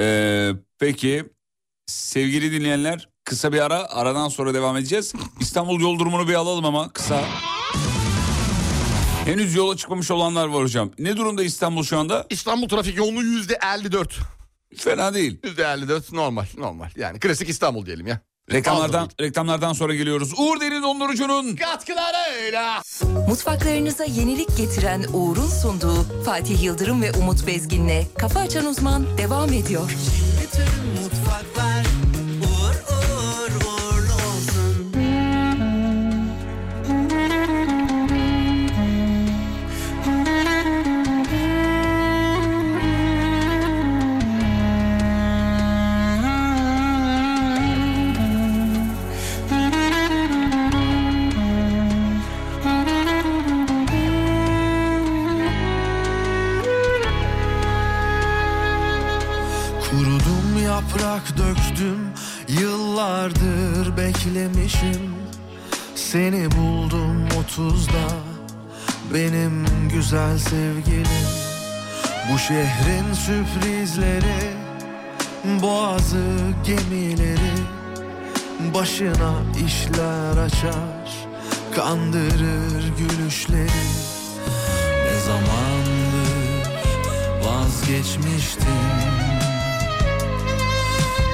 [SPEAKER 3] Ee, peki sevgili dinleyenler kısa bir ara aradan sonra devam edeceğiz. İstanbul yol durumunu bir alalım ama kısa. Henüz yola çıkmamış olanlar var hocam. Ne durumda İstanbul şu anda?
[SPEAKER 4] İstanbul trafik yoğunluğu yüzde 54.
[SPEAKER 3] Fena değil.
[SPEAKER 4] Yüzde 54 normal normal. Yani klasik İstanbul diyelim ya.
[SPEAKER 3] Reklamlardan reklamlardan sonra geliyoruz. Uğur Derin Dondurucu'nun
[SPEAKER 4] Katkılarıyla.
[SPEAKER 5] Mutfaklarınıza yenilik getiren Uğur'un sunduğu Fatih Yıldırım ve Umut Bezgin'le Kafa Açan Uzman devam ediyor.
[SPEAKER 1] Bütün mutfaklar uğur uğur uğurlu olsun.
[SPEAKER 6] Kurudum yaprak döktüm Yıllardır beklemişim Seni buldum otuzda
[SPEAKER 1] benim güzel sevgilim Bu şehrin sürprizleri Boğazı gemileri Başına işler açar Kandırır gülüşleri Ne zamandır vazgeçmiştim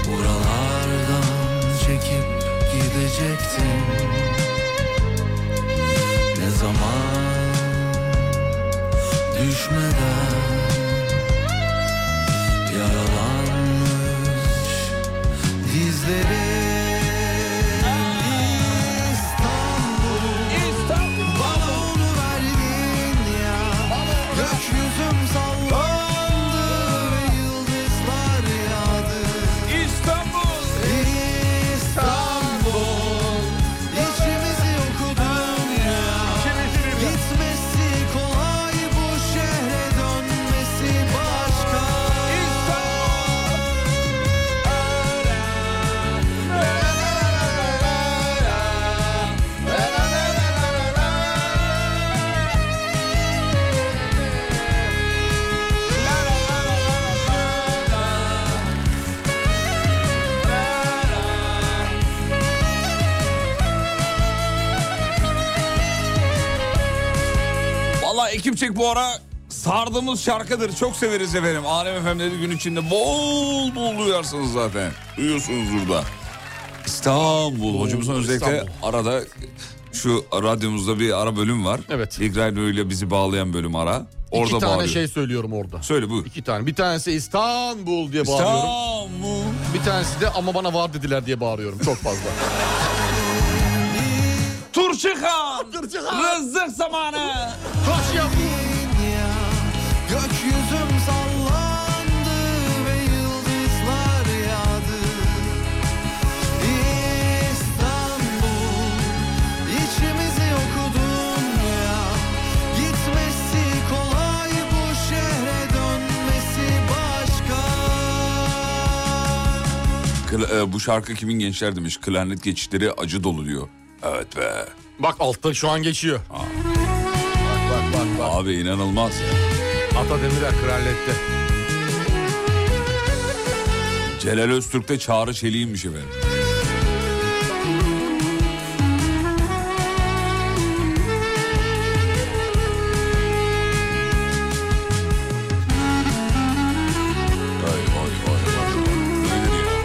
[SPEAKER 1] Buralardan çekip gidecektim Ne zaman düşmeden Yaralanmış dizlerim İstanbul Bana onu verdin ya Gökyüzüm sallandı ve yıldızlar yağdı İstanbul İçimizi okudun ya Gitmesi kolay bu şehre dönmesi başka
[SPEAKER 3] Valla Ekipçek bu ara sardığımız şarkıdır. Çok severiz efendim. Alem FM'de gün içinde bol bol duyarsınız zaten. Duyuyorsunuzdur da. İstanbul. Hocamızın özellikle arada şu radyomuzda bir ara bölüm var.
[SPEAKER 4] Evet.
[SPEAKER 3] İlk radyoyla bizi bağlayan bölüm ara. Orada
[SPEAKER 4] İki tane
[SPEAKER 3] bağlıyor.
[SPEAKER 4] şey söylüyorum orada.
[SPEAKER 3] Söyle buyur.
[SPEAKER 4] İki tane. Bir tanesi İstanbul diye bağırıyorum.
[SPEAKER 3] İstanbul.
[SPEAKER 4] Bir tanesi de ama bana var dediler diye bağırıyorum çok fazla.
[SPEAKER 3] Turşukan. Rızık zamanı.
[SPEAKER 4] Taş yapı.
[SPEAKER 1] ya Gökyüzüm sallandı ve yıldızlar yağdı İstanbul içimizi okudun ya Gitmesi kolay bu şehre dönmesi başka
[SPEAKER 3] Kla- e, bu şarkı kimin gençler demiş. Klarnet geçişleri acı dolu diyor. Evet be.
[SPEAKER 4] Bak altta şu an geçiyor. Bak bak bak.
[SPEAKER 3] Abi inanılmaz ya.
[SPEAKER 4] Ata Demirer kraliyette.
[SPEAKER 3] Celal Öztürk'te Çağrı Çelik'inmiş efendim. Oy, oy, oy, oy, oy. Böyle diyor.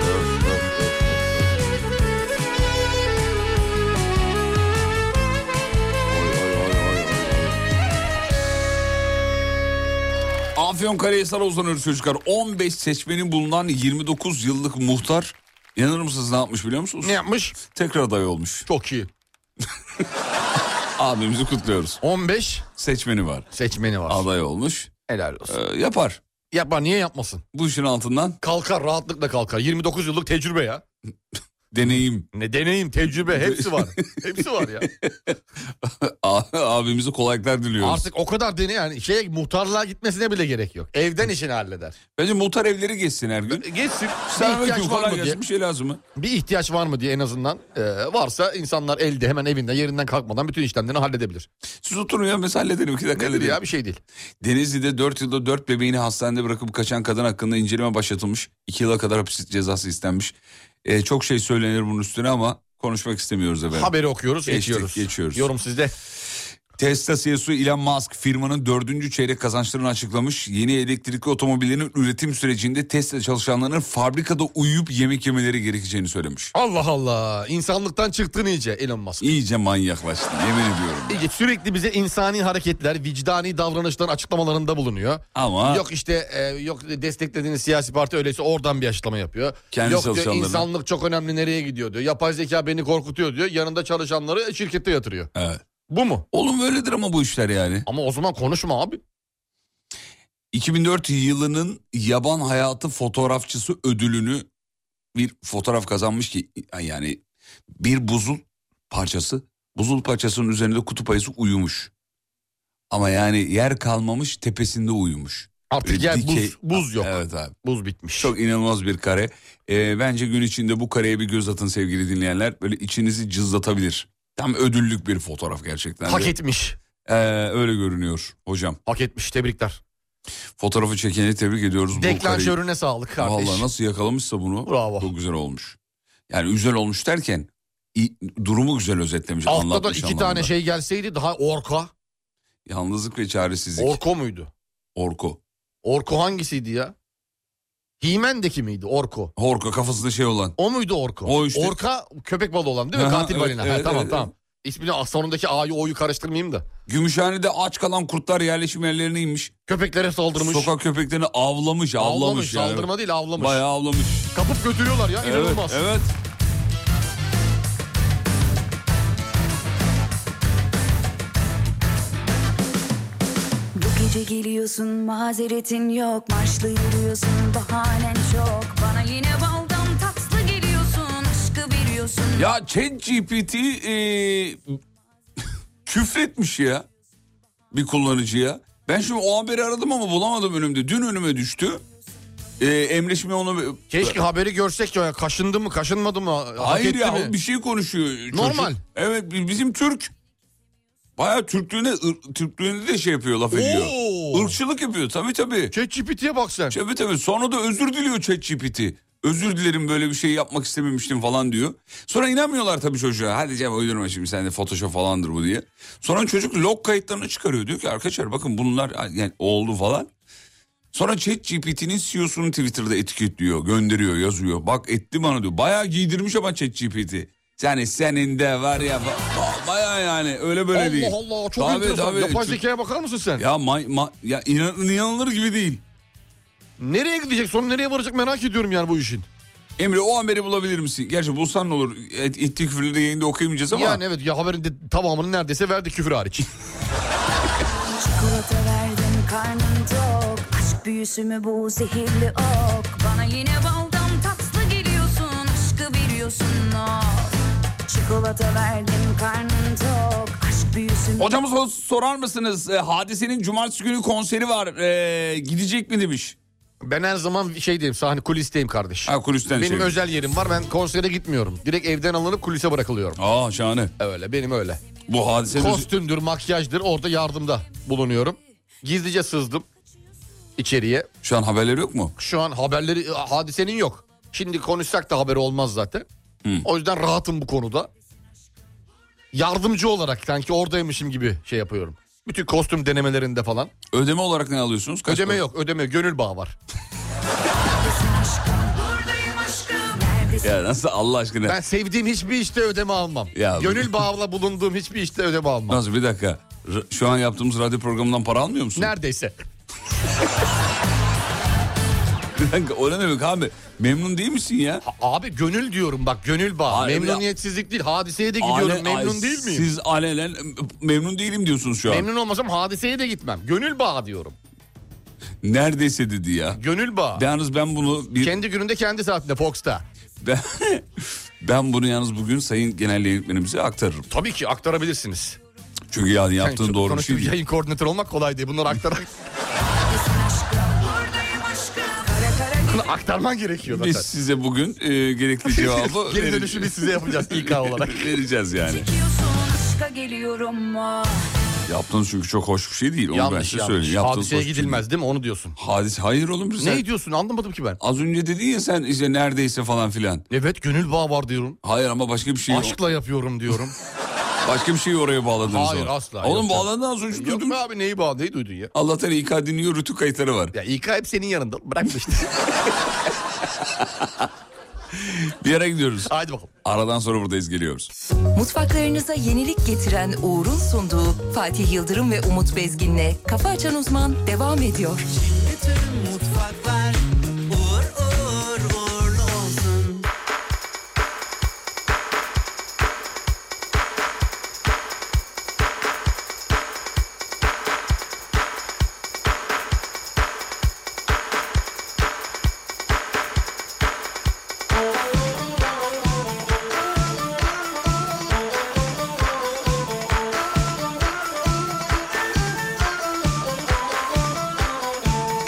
[SPEAKER 3] Öf, öf, öf. Oy, oy, oy, oy, oy. Afyonkarahisar'a uzanıyor çocuklar. 15 seçmenin bulunan 29 yıllık muhtar inanır mısınız ne yapmış biliyor musunuz?
[SPEAKER 4] Ne yapmış?
[SPEAKER 3] Tekrar aday olmuş.
[SPEAKER 4] Çok iyi.
[SPEAKER 3] Abimizi kutluyoruz.
[SPEAKER 4] 15
[SPEAKER 3] Seçmeni var.
[SPEAKER 4] seçmeni var.
[SPEAKER 3] Aday olmuş.
[SPEAKER 4] Helal olsun.
[SPEAKER 3] Ee, yapar.
[SPEAKER 4] Yapma niye yapmasın?
[SPEAKER 3] Bu işin altından
[SPEAKER 4] Kalkar rahatlıkla kalkar. 29 yıllık tecrübe ya.
[SPEAKER 3] deneyim.
[SPEAKER 4] Ne deneyim, tecrübe hepsi var. hepsi var ya.
[SPEAKER 3] A- Abimize kolaylıklar diliyoruz.
[SPEAKER 4] Artık o kadar deney yani şey muhtarlığa gitmesine bile gerek yok. Evden işini halleder.
[SPEAKER 3] Bence muhtar evleri geçsin her gün.
[SPEAKER 4] Geçsin.
[SPEAKER 3] Sen
[SPEAKER 4] bir ihtiyaç var
[SPEAKER 3] kolay
[SPEAKER 4] mı diye.
[SPEAKER 3] gelsin bir şey lazım mı?
[SPEAKER 4] Bir ihtiyaç var mı diye en azından e, varsa insanlar elde hemen evinde yerinden kalkmadan bütün işlemlerini halledebilir.
[SPEAKER 3] Siz oturun ya mesela halledelim iki dakika
[SPEAKER 4] Nedir
[SPEAKER 3] halledelim.
[SPEAKER 4] ya bir şey değil.
[SPEAKER 3] Denizli'de 4 yılda 4 bebeğini hastanede bırakıp kaçan kadın hakkında inceleme başlatılmış. 2 yıla kadar hapis cezası istenmiş. Ee, çok şey söylenir bunun üstüne ama konuşmak istemiyoruz efendim.
[SPEAKER 4] Haberi okuyoruz,
[SPEAKER 3] Geçtik,
[SPEAKER 4] geçiyoruz.
[SPEAKER 3] geçiyoruz.
[SPEAKER 4] Yorum sizde.
[SPEAKER 3] Tesla CEO'su Elon Musk firmanın dördüncü çeyrek kazançlarını açıklamış. Yeni elektrikli otomobillerin üretim sürecinde Tesla çalışanlarının fabrikada uyuyup yemek yemeleri gerekeceğini söylemiş.
[SPEAKER 4] Allah Allah. İnsanlıktan çıktın iyice Elon Musk.
[SPEAKER 3] İyice manyaklaştı yemin ediyorum.
[SPEAKER 4] İyice sürekli bize insani hareketler, vicdani davranışların açıklamalarında bulunuyor.
[SPEAKER 3] Ama
[SPEAKER 4] Yok işte e, yok desteklediğiniz siyasi parti öyleyse oradan bir açıklama yapıyor.
[SPEAKER 3] Kendi
[SPEAKER 4] yok diyor
[SPEAKER 3] çalışanlarına.
[SPEAKER 4] insanlık çok önemli nereye gidiyor diyor. Yapay zeka beni korkutuyor diyor. Yanında çalışanları şirkette yatırıyor.
[SPEAKER 3] Evet.
[SPEAKER 4] Bu mu?
[SPEAKER 3] oğlum böyledir ama bu işler yani.
[SPEAKER 4] Ama o zaman konuşma abi.
[SPEAKER 3] 2004 yılının yaban hayatı fotoğrafçısı ödülünü bir fotoğraf kazanmış ki yani bir buzul parçası buzul parçasının üzerinde kutup ayısı uyumuş. Ama yani yer kalmamış tepesinde uyumuş.
[SPEAKER 4] Artık yani
[SPEAKER 3] Dikey-
[SPEAKER 4] buz, buz yok.
[SPEAKER 3] Evet abi.
[SPEAKER 4] Buz bitmiş.
[SPEAKER 3] Çok inanılmaz bir kare. Ee, bence gün içinde bu kareye bir göz atın sevgili dinleyenler. Böyle içinizi cızlatabilir. Tam ödüllük bir fotoğraf gerçekten. de.
[SPEAKER 4] Hak etmiş.
[SPEAKER 3] Ee, öyle görünüyor hocam.
[SPEAKER 4] Hak etmiş tebrikler.
[SPEAKER 3] Fotoğrafı çekeni tebrik ediyoruz. bu kareyi.
[SPEAKER 4] Deklanşörüne sağlık kardeş.
[SPEAKER 3] Vallahi nasıl yakalamışsa bunu.
[SPEAKER 4] Bravo.
[SPEAKER 3] Çok güzel olmuş. Yani güzel olmuş derken i- durumu güzel özetlemiş.
[SPEAKER 4] Altta da
[SPEAKER 3] anlatmış
[SPEAKER 4] iki
[SPEAKER 3] anlamında.
[SPEAKER 4] tane şey gelseydi daha orka.
[SPEAKER 3] Yalnızlık ve çaresizlik.
[SPEAKER 4] Orko muydu?
[SPEAKER 3] Orko.
[SPEAKER 4] Orko hangisiydi ya? Himen'deki miydi Orko?
[SPEAKER 3] Orko kafasında şey olan.
[SPEAKER 4] O muydu Orko?
[SPEAKER 3] O işte.
[SPEAKER 4] Orka köpek balığı olan değil mi?
[SPEAKER 3] Aha,
[SPEAKER 4] Katil
[SPEAKER 3] evet,
[SPEAKER 4] balina. Ha,
[SPEAKER 3] evet,
[SPEAKER 4] tamam
[SPEAKER 3] evet,
[SPEAKER 4] tamam. İsmini sonundaki A'yı O'yu karıştırmayayım da.
[SPEAKER 3] Gümüşhane'de aç kalan kurtlar yerleşim yerlerine inmiş.
[SPEAKER 4] Köpeklere saldırmış.
[SPEAKER 3] Sokak köpeklerini avlamış, avlamış,
[SPEAKER 4] avlamış.
[SPEAKER 3] yani.
[SPEAKER 4] Saldırma değil avlamış.
[SPEAKER 3] Bayağı avlamış.
[SPEAKER 4] Kapıp götürüyorlar ya inanılmaz.
[SPEAKER 3] Evet, evet.
[SPEAKER 7] Bu gece geliyorsun mazeretin yok Marşlı yürüyorsun bahanen çok Bana yine baldan tatlı geliyorsun Aşkı veriyorsun
[SPEAKER 3] Ya ChatGPT e, küfretmiş ya bir kullanıcıya. Ben şimdi o haberi aradım ama bulamadım önümde. Dün önüme düştü. E, Emre şimdi onu...
[SPEAKER 4] Keşke haberi görsek ya. Kaşındı mı kaşınmadı mı? Hak
[SPEAKER 3] Hayır
[SPEAKER 4] etti
[SPEAKER 3] ya
[SPEAKER 4] mi?
[SPEAKER 3] bir şey konuşuyor. çocuk.
[SPEAKER 4] Normal.
[SPEAKER 3] Evet bi- bizim Türk. Bayağı Türklüğüne, ır- Türklüğüne de şey yapıyor laf ediyor.
[SPEAKER 4] Oo.
[SPEAKER 3] Irkçılık yapıyor tabii tabii.
[SPEAKER 4] şey- ChatGPT'ye bak sen.
[SPEAKER 3] Tabii tabii. Sonra da özür diliyor ChatGPT. Özür dilerim böyle bir şey yapmak istememiştim falan diyor. Sonra inanmıyorlar tabii çocuğa. Hadi Cem uydurma şimdi sen de Photoshop falandır bu diye. Sonra çocuk log kayıtlarını çıkarıyor. Diyor ki arkadaşlar bakın bunlar yani oldu falan. Sonra ChatGPT'nin CEO'sunu Twitter'da etiketliyor, gönderiyor, yazıyor. Bak etti bana diyor. Bayağı giydirmiş ama ChatGPT. Yani senin de var ya ba- bayağı yani öyle böyle değil.
[SPEAKER 4] Allah Allah çok
[SPEAKER 3] Tabii,
[SPEAKER 4] enteresan.
[SPEAKER 3] tabii.
[SPEAKER 4] Yapay
[SPEAKER 3] Çünkü-
[SPEAKER 4] zekaya bakar mısın sen?
[SPEAKER 3] Ya, may, ma- ya inan- inanılır gibi değil.
[SPEAKER 4] Nereye gidecek sonra nereye varacak merak ediyorum yani bu işin.
[SPEAKER 3] Emre o haberi bulabilir misin? Gerçi bulsan ne olur? Et, ettiği küfürleri de yayında okuyamayacağız ama.
[SPEAKER 4] Yani evet ya haberin de tamamını neredeyse verdi küfür hariç.
[SPEAKER 7] Çikolata verdim karnım tok Aşk büyüsü mü bu zehirli ok Bana yine baldan tatlı geliyorsun Aşkı veriyorsun oh Çikolata verdim karnım tok Aşk büyüsü mü
[SPEAKER 3] Hocamız so- sorar mısınız? E, hadisenin cumartesi günü konseri var. E, gidecek mi demiş.
[SPEAKER 4] ben her zaman şey diyeyim sahne kulisteyim kardeş.
[SPEAKER 3] Ha kulisten
[SPEAKER 4] benim
[SPEAKER 3] şey.
[SPEAKER 4] özel yerim var ben konsere gitmiyorum. Direkt evden alınıp kulise bırakılıyorum.
[SPEAKER 3] Aa şahane.
[SPEAKER 4] Öyle benim öyle.
[SPEAKER 3] Bu hadisenin...
[SPEAKER 4] Kostümdür makyajdır orada yardımda bulunuyorum. Gizlice sızdım içeriye.
[SPEAKER 3] Şu an haberleri yok mu?
[SPEAKER 4] Şu an haberleri e, hadisenin yok. Şimdi konuşsak da haberi olmaz zaten. O yüzden rahatım bu konuda. Yardımcı olarak sanki oradaymışım gibi şey yapıyorum. Bütün kostüm denemelerinde falan.
[SPEAKER 3] Ödeme olarak ne alıyorsunuz? Kaç
[SPEAKER 4] Ödeme
[SPEAKER 3] para?
[SPEAKER 4] yok ödeme yok. gönül bağı var.
[SPEAKER 3] Ya nasıl Allah aşkına?
[SPEAKER 4] Ben sevdiğim hiçbir işte ödeme almam.
[SPEAKER 3] Ya-
[SPEAKER 4] Gönül bağla bulunduğum hiçbir işte ödeme almam.
[SPEAKER 3] Nasıl bir dakika. R- Şu an yaptığımız radyo programından para almıyor musun?
[SPEAKER 4] Neredeyse.
[SPEAKER 3] Bir dakika o ne demek abi? Memnun değil misin ya?
[SPEAKER 4] Ha- Abi gönül diyorum bak gönül bağı.
[SPEAKER 3] Hayır ya.
[SPEAKER 4] Memnuniyetsizlik değil hadiseye de gidiyorum
[SPEAKER 3] Ale-
[SPEAKER 4] memnun
[SPEAKER 3] Ay,
[SPEAKER 4] değil miyim?
[SPEAKER 3] Siz alenen memnun değilim diyorsunuz şu an.
[SPEAKER 4] Memnun olmasam hadiseye de gitmem. Gönül bağı diyorum.
[SPEAKER 3] Neredeyse dedi ya.
[SPEAKER 4] Gönül bağı.
[SPEAKER 3] Yalnız ben bunu bir
[SPEAKER 4] Kendi gününde kendi saatinde Fox'ta.
[SPEAKER 3] Ben, ben bunu yalnız bugün sayın genel yönetmenimize aktarırım.
[SPEAKER 4] Tabii ki aktarabilirsiniz.
[SPEAKER 3] Çünkü yani yaptığın
[SPEAKER 4] Yani
[SPEAKER 3] doğru bir
[SPEAKER 4] sonuçta
[SPEAKER 3] şey değil.
[SPEAKER 4] Yayın koordinatörü olmak kolay değil. Bunları aktarak... Bunu aktarman gerekiyor
[SPEAKER 3] Biz
[SPEAKER 4] zaten.
[SPEAKER 3] size bugün e, gerekli cevabı
[SPEAKER 4] Geri
[SPEAKER 3] vere-
[SPEAKER 4] dönüşü biz size yapacağız İK olarak.
[SPEAKER 3] vereceğiz yani.
[SPEAKER 7] Çekiyorsun aşka geliyorum ah
[SPEAKER 3] Yaptığınız çünkü çok hoş bir şey değil. Onu ben
[SPEAKER 4] yanlış
[SPEAKER 3] size
[SPEAKER 4] yanlış.
[SPEAKER 3] söyleyeyim. Yaptığınız
[SPEAKER 4] Hadiseye
[SPEAKER 3] hoş bir şey değil.
[SPEAKER 4] gidilmez değil mi? Onu diyorsun.
[SPEAKER 3] Hadis, hayır oğlum sen
[SPEAKER 4] Ne diyorsun anlamadım ki ben.
[SPEAKER 3] az önce dedin ya sen işte neredeyse falan filan.
[SPEAKER 4] Evet gönül bağı var diyorum.
[SPEAKER 3] Hayır ama başka bir şey
[SPEAKER 4] Aşkla yapıyorum diyorum.
[SPEAKER 3] başka bir şey oraya bağladınız.
[SPEAKER 4] Hayır,
[SPEAKER 3] sonra.
[SPEAKER 4] asla,
[SPEAKER 3] Oğlum
[SPEAKER 4] yok.
[SPEAKER 3] bağladın az önce
[SPEAKER 4] Yok
[SPEAKER 3] duydum.
[SPEAKER 4] be abi neyi bağlı neyi duydun ya?
[SPEAKER 3] Allah'tan İK dinliyor rütü kayıtları var.
[SPEAKER 4] Ya İK hep senin yanında bırakmıştı.
[SPEAKER 3] Bir yere gidiyoruz.
[SPEAKER 4] Haydi bakalım.
[SPEAKER 3] Aradan sonra buradayız geliyoruz.
[SPEAKER 5] Mutfaklarınıza yenilik getiren Uğur'un sunduğu Fatih Yıldırım ve Umut Bezgin'le Kafa Açan Uzman devam ediyor.
[SPEAKER 1] Bütün mutfaklar uğur uğur uğurlu olsun
[SPEAKER 8] Altyazı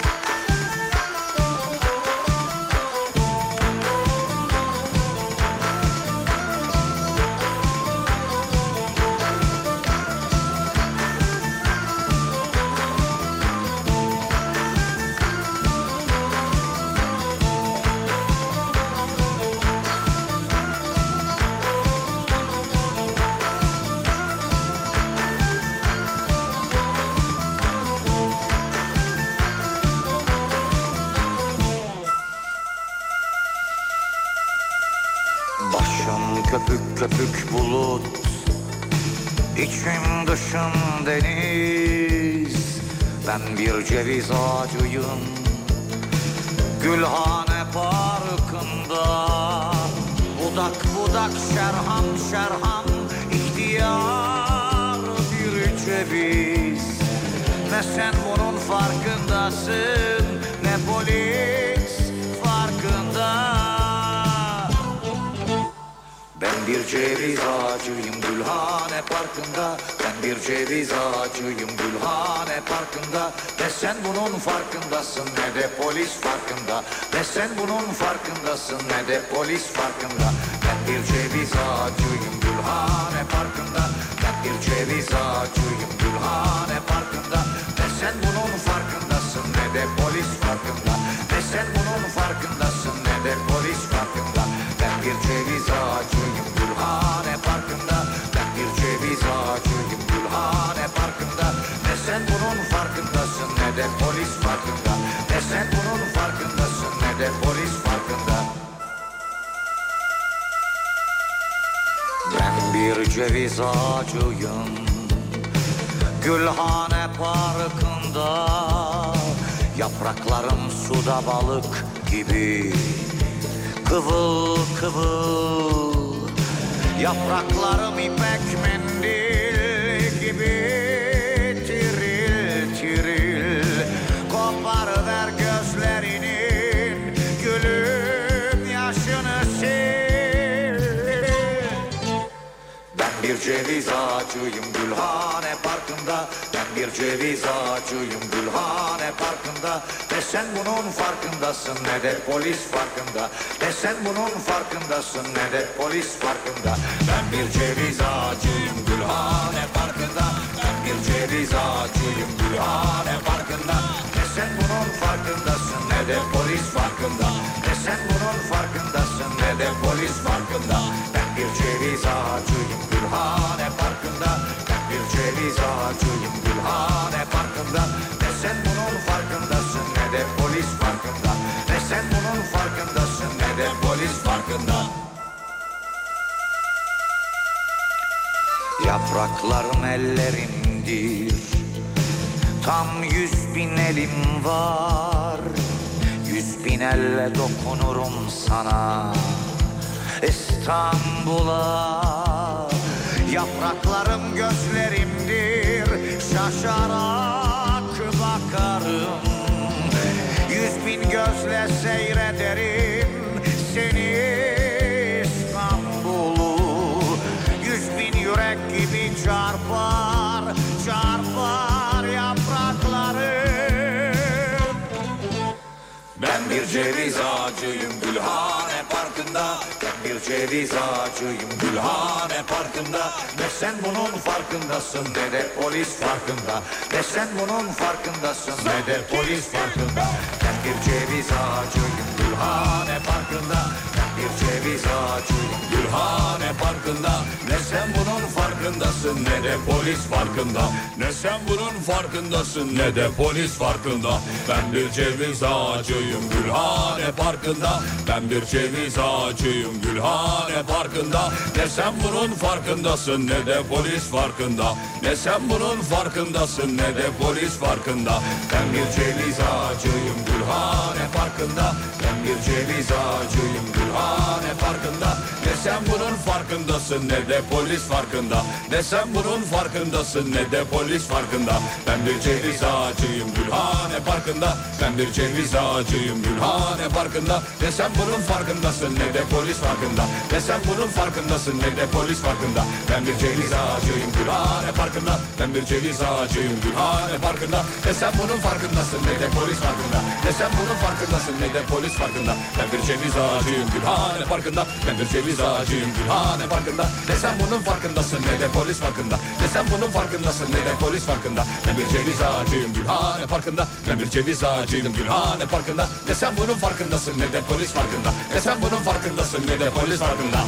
[SPEAKER 8] Akşam köpük köpük bulut İçim dışım deniz Ben bir ceviz ağacıyım Gülhane parkında Budak budak şerham şerham ihtiyar bir ceviz Ne sen bunun farkındasın Ne polis farkında ben bir ceviz ağacıyım Gülhane Parkı'nda Ben bir ceviz ağacıyım Gülhane Parkı'nda Ne sen bunun farkındasın ne de polis farkında Ne sen bunun farkındasın ne de polis farkında Ben bir ceviz ağacıyım Gülhane Parkı'nda Ben bir ceviz ağacıyım Gülhane Parkı'nda Ne sen bunun farkındasın ne de polis farkında Ne sen bunun farkındasın ne de polis farkında Ben bir ceviz ağacıyım Gülhane Parkı'nda Ben bir ceviz ağacıyım Gülhane Parkı'nda Ne sen bunun farkındasın ne de polis farkında Ne sen bunun farkındasın ne de polis farkında Ben bir ceviz ağacıyım Gülhane Parkı'nda Yapraklarım suda balık gibi Kıvıl kıvıl Yapraklarım ipek mendil gibi Tiril tiril Kopar ver gözlerinin Gülüm yaşını sil ben bir ceviz ağacıyım Gülhane Parkı'nda Ben bir ceviz ağacıyım Gülhane Parkı'nda Ne sen bunun farkındasın ne de polis farkında Ne sen bunun farkındasın ne de polis farkında Ben bir ceviz ağacıyım Gülhane Parkı'nda Ben bir ceviz ağacıyım Gülhane Parkı'nda Ne sen bunun farkındasın ne de polis farkında Ne sen bunun farkındasın ne de polis farkında Ben bir ceviz ağacıyım Gülhane Parkı'nda Ben bir ceviz ağacıyım Gülhane Parkı'nda Ne sen bunun farkındasın ne de polis farkında Ne sen bunun farkındasın ne de polis farkında Yapraklarım ellerimdir Tam yüz bin elim var Yüz bin elle dokunurum sana İstanbul'a Yapraklarım gözlerimdir Şaşarak bakarım Yüz bin gözle seyrederim Seni İstanbul'u Yüz bin yürek gibi çarpar Çarpar yapraklarım ben bir ceviz ağacıyım Gülhane Parkı'nda Ben bir ceviz ağacıyım Gülhane Parkı'nda Ne sen bunun farkındasın ne de polis farkında Ne sen bunun farkındasın ne de polis farkında Ben bir ceviz ağacıyım Gülhane Parkı'nda Ben bir ceviz ağacıyım Gülhane Parkı'nda Ne sen bunun farkındasın ne de polis farkında Ne sen bunun farkındasın ne de polis farkında Ben bir ceviz ağacıyım Gülhane Parkı'nda Ben bir ceviz ağacıyım Gülhane Parkı'nda Ne sen bunun farkındasın ne de polis farkında Ne sen bunun farkındasın ne de polis farkında Ben bir ceviz ağacıyım Gülhane Parkı'nda Ben bir ceviz ağacıyım Gülhane Parkı'nda Ne sen bunun farkındasın ne de polis farkında Ne sen bunun farkındasın ne de polis farkında Ben bir ceviz ağacıyım Gülhane Parkı'nda Ben bir ceviz ağacıyım Gülhane Parkı'nda Ne sen bunun farkındasın ne de polis farkında Ne sen bunun farkındasın ne de polis farkında Ben bir ceviz ağacıyım Gülhane Parkı'nda Ben bir ceviz ağacıyım Gülhane Parkı'nda Ne sen bunun farkındasın ne de polis farkında Ne sen bunun farkındasın ne de polis farkında Ben bir ceviz ağacıyım Gülhane Parkı'nda Ben bir ceviz ağacıyım Gülhane Parkı'nda Ne sen bunun farkındasın ne de polis farkında Ne sen bunun farkındasın ne de polis farkında Ben bir ceviz ağacıyım Gülhane Parkı'nda Ben bir ceviz ağacıyım Gülhane Parkı'nda Ne sen bunun farkındasın ne de polis farkında Ne sen bunun farkındasın ne de polis farkında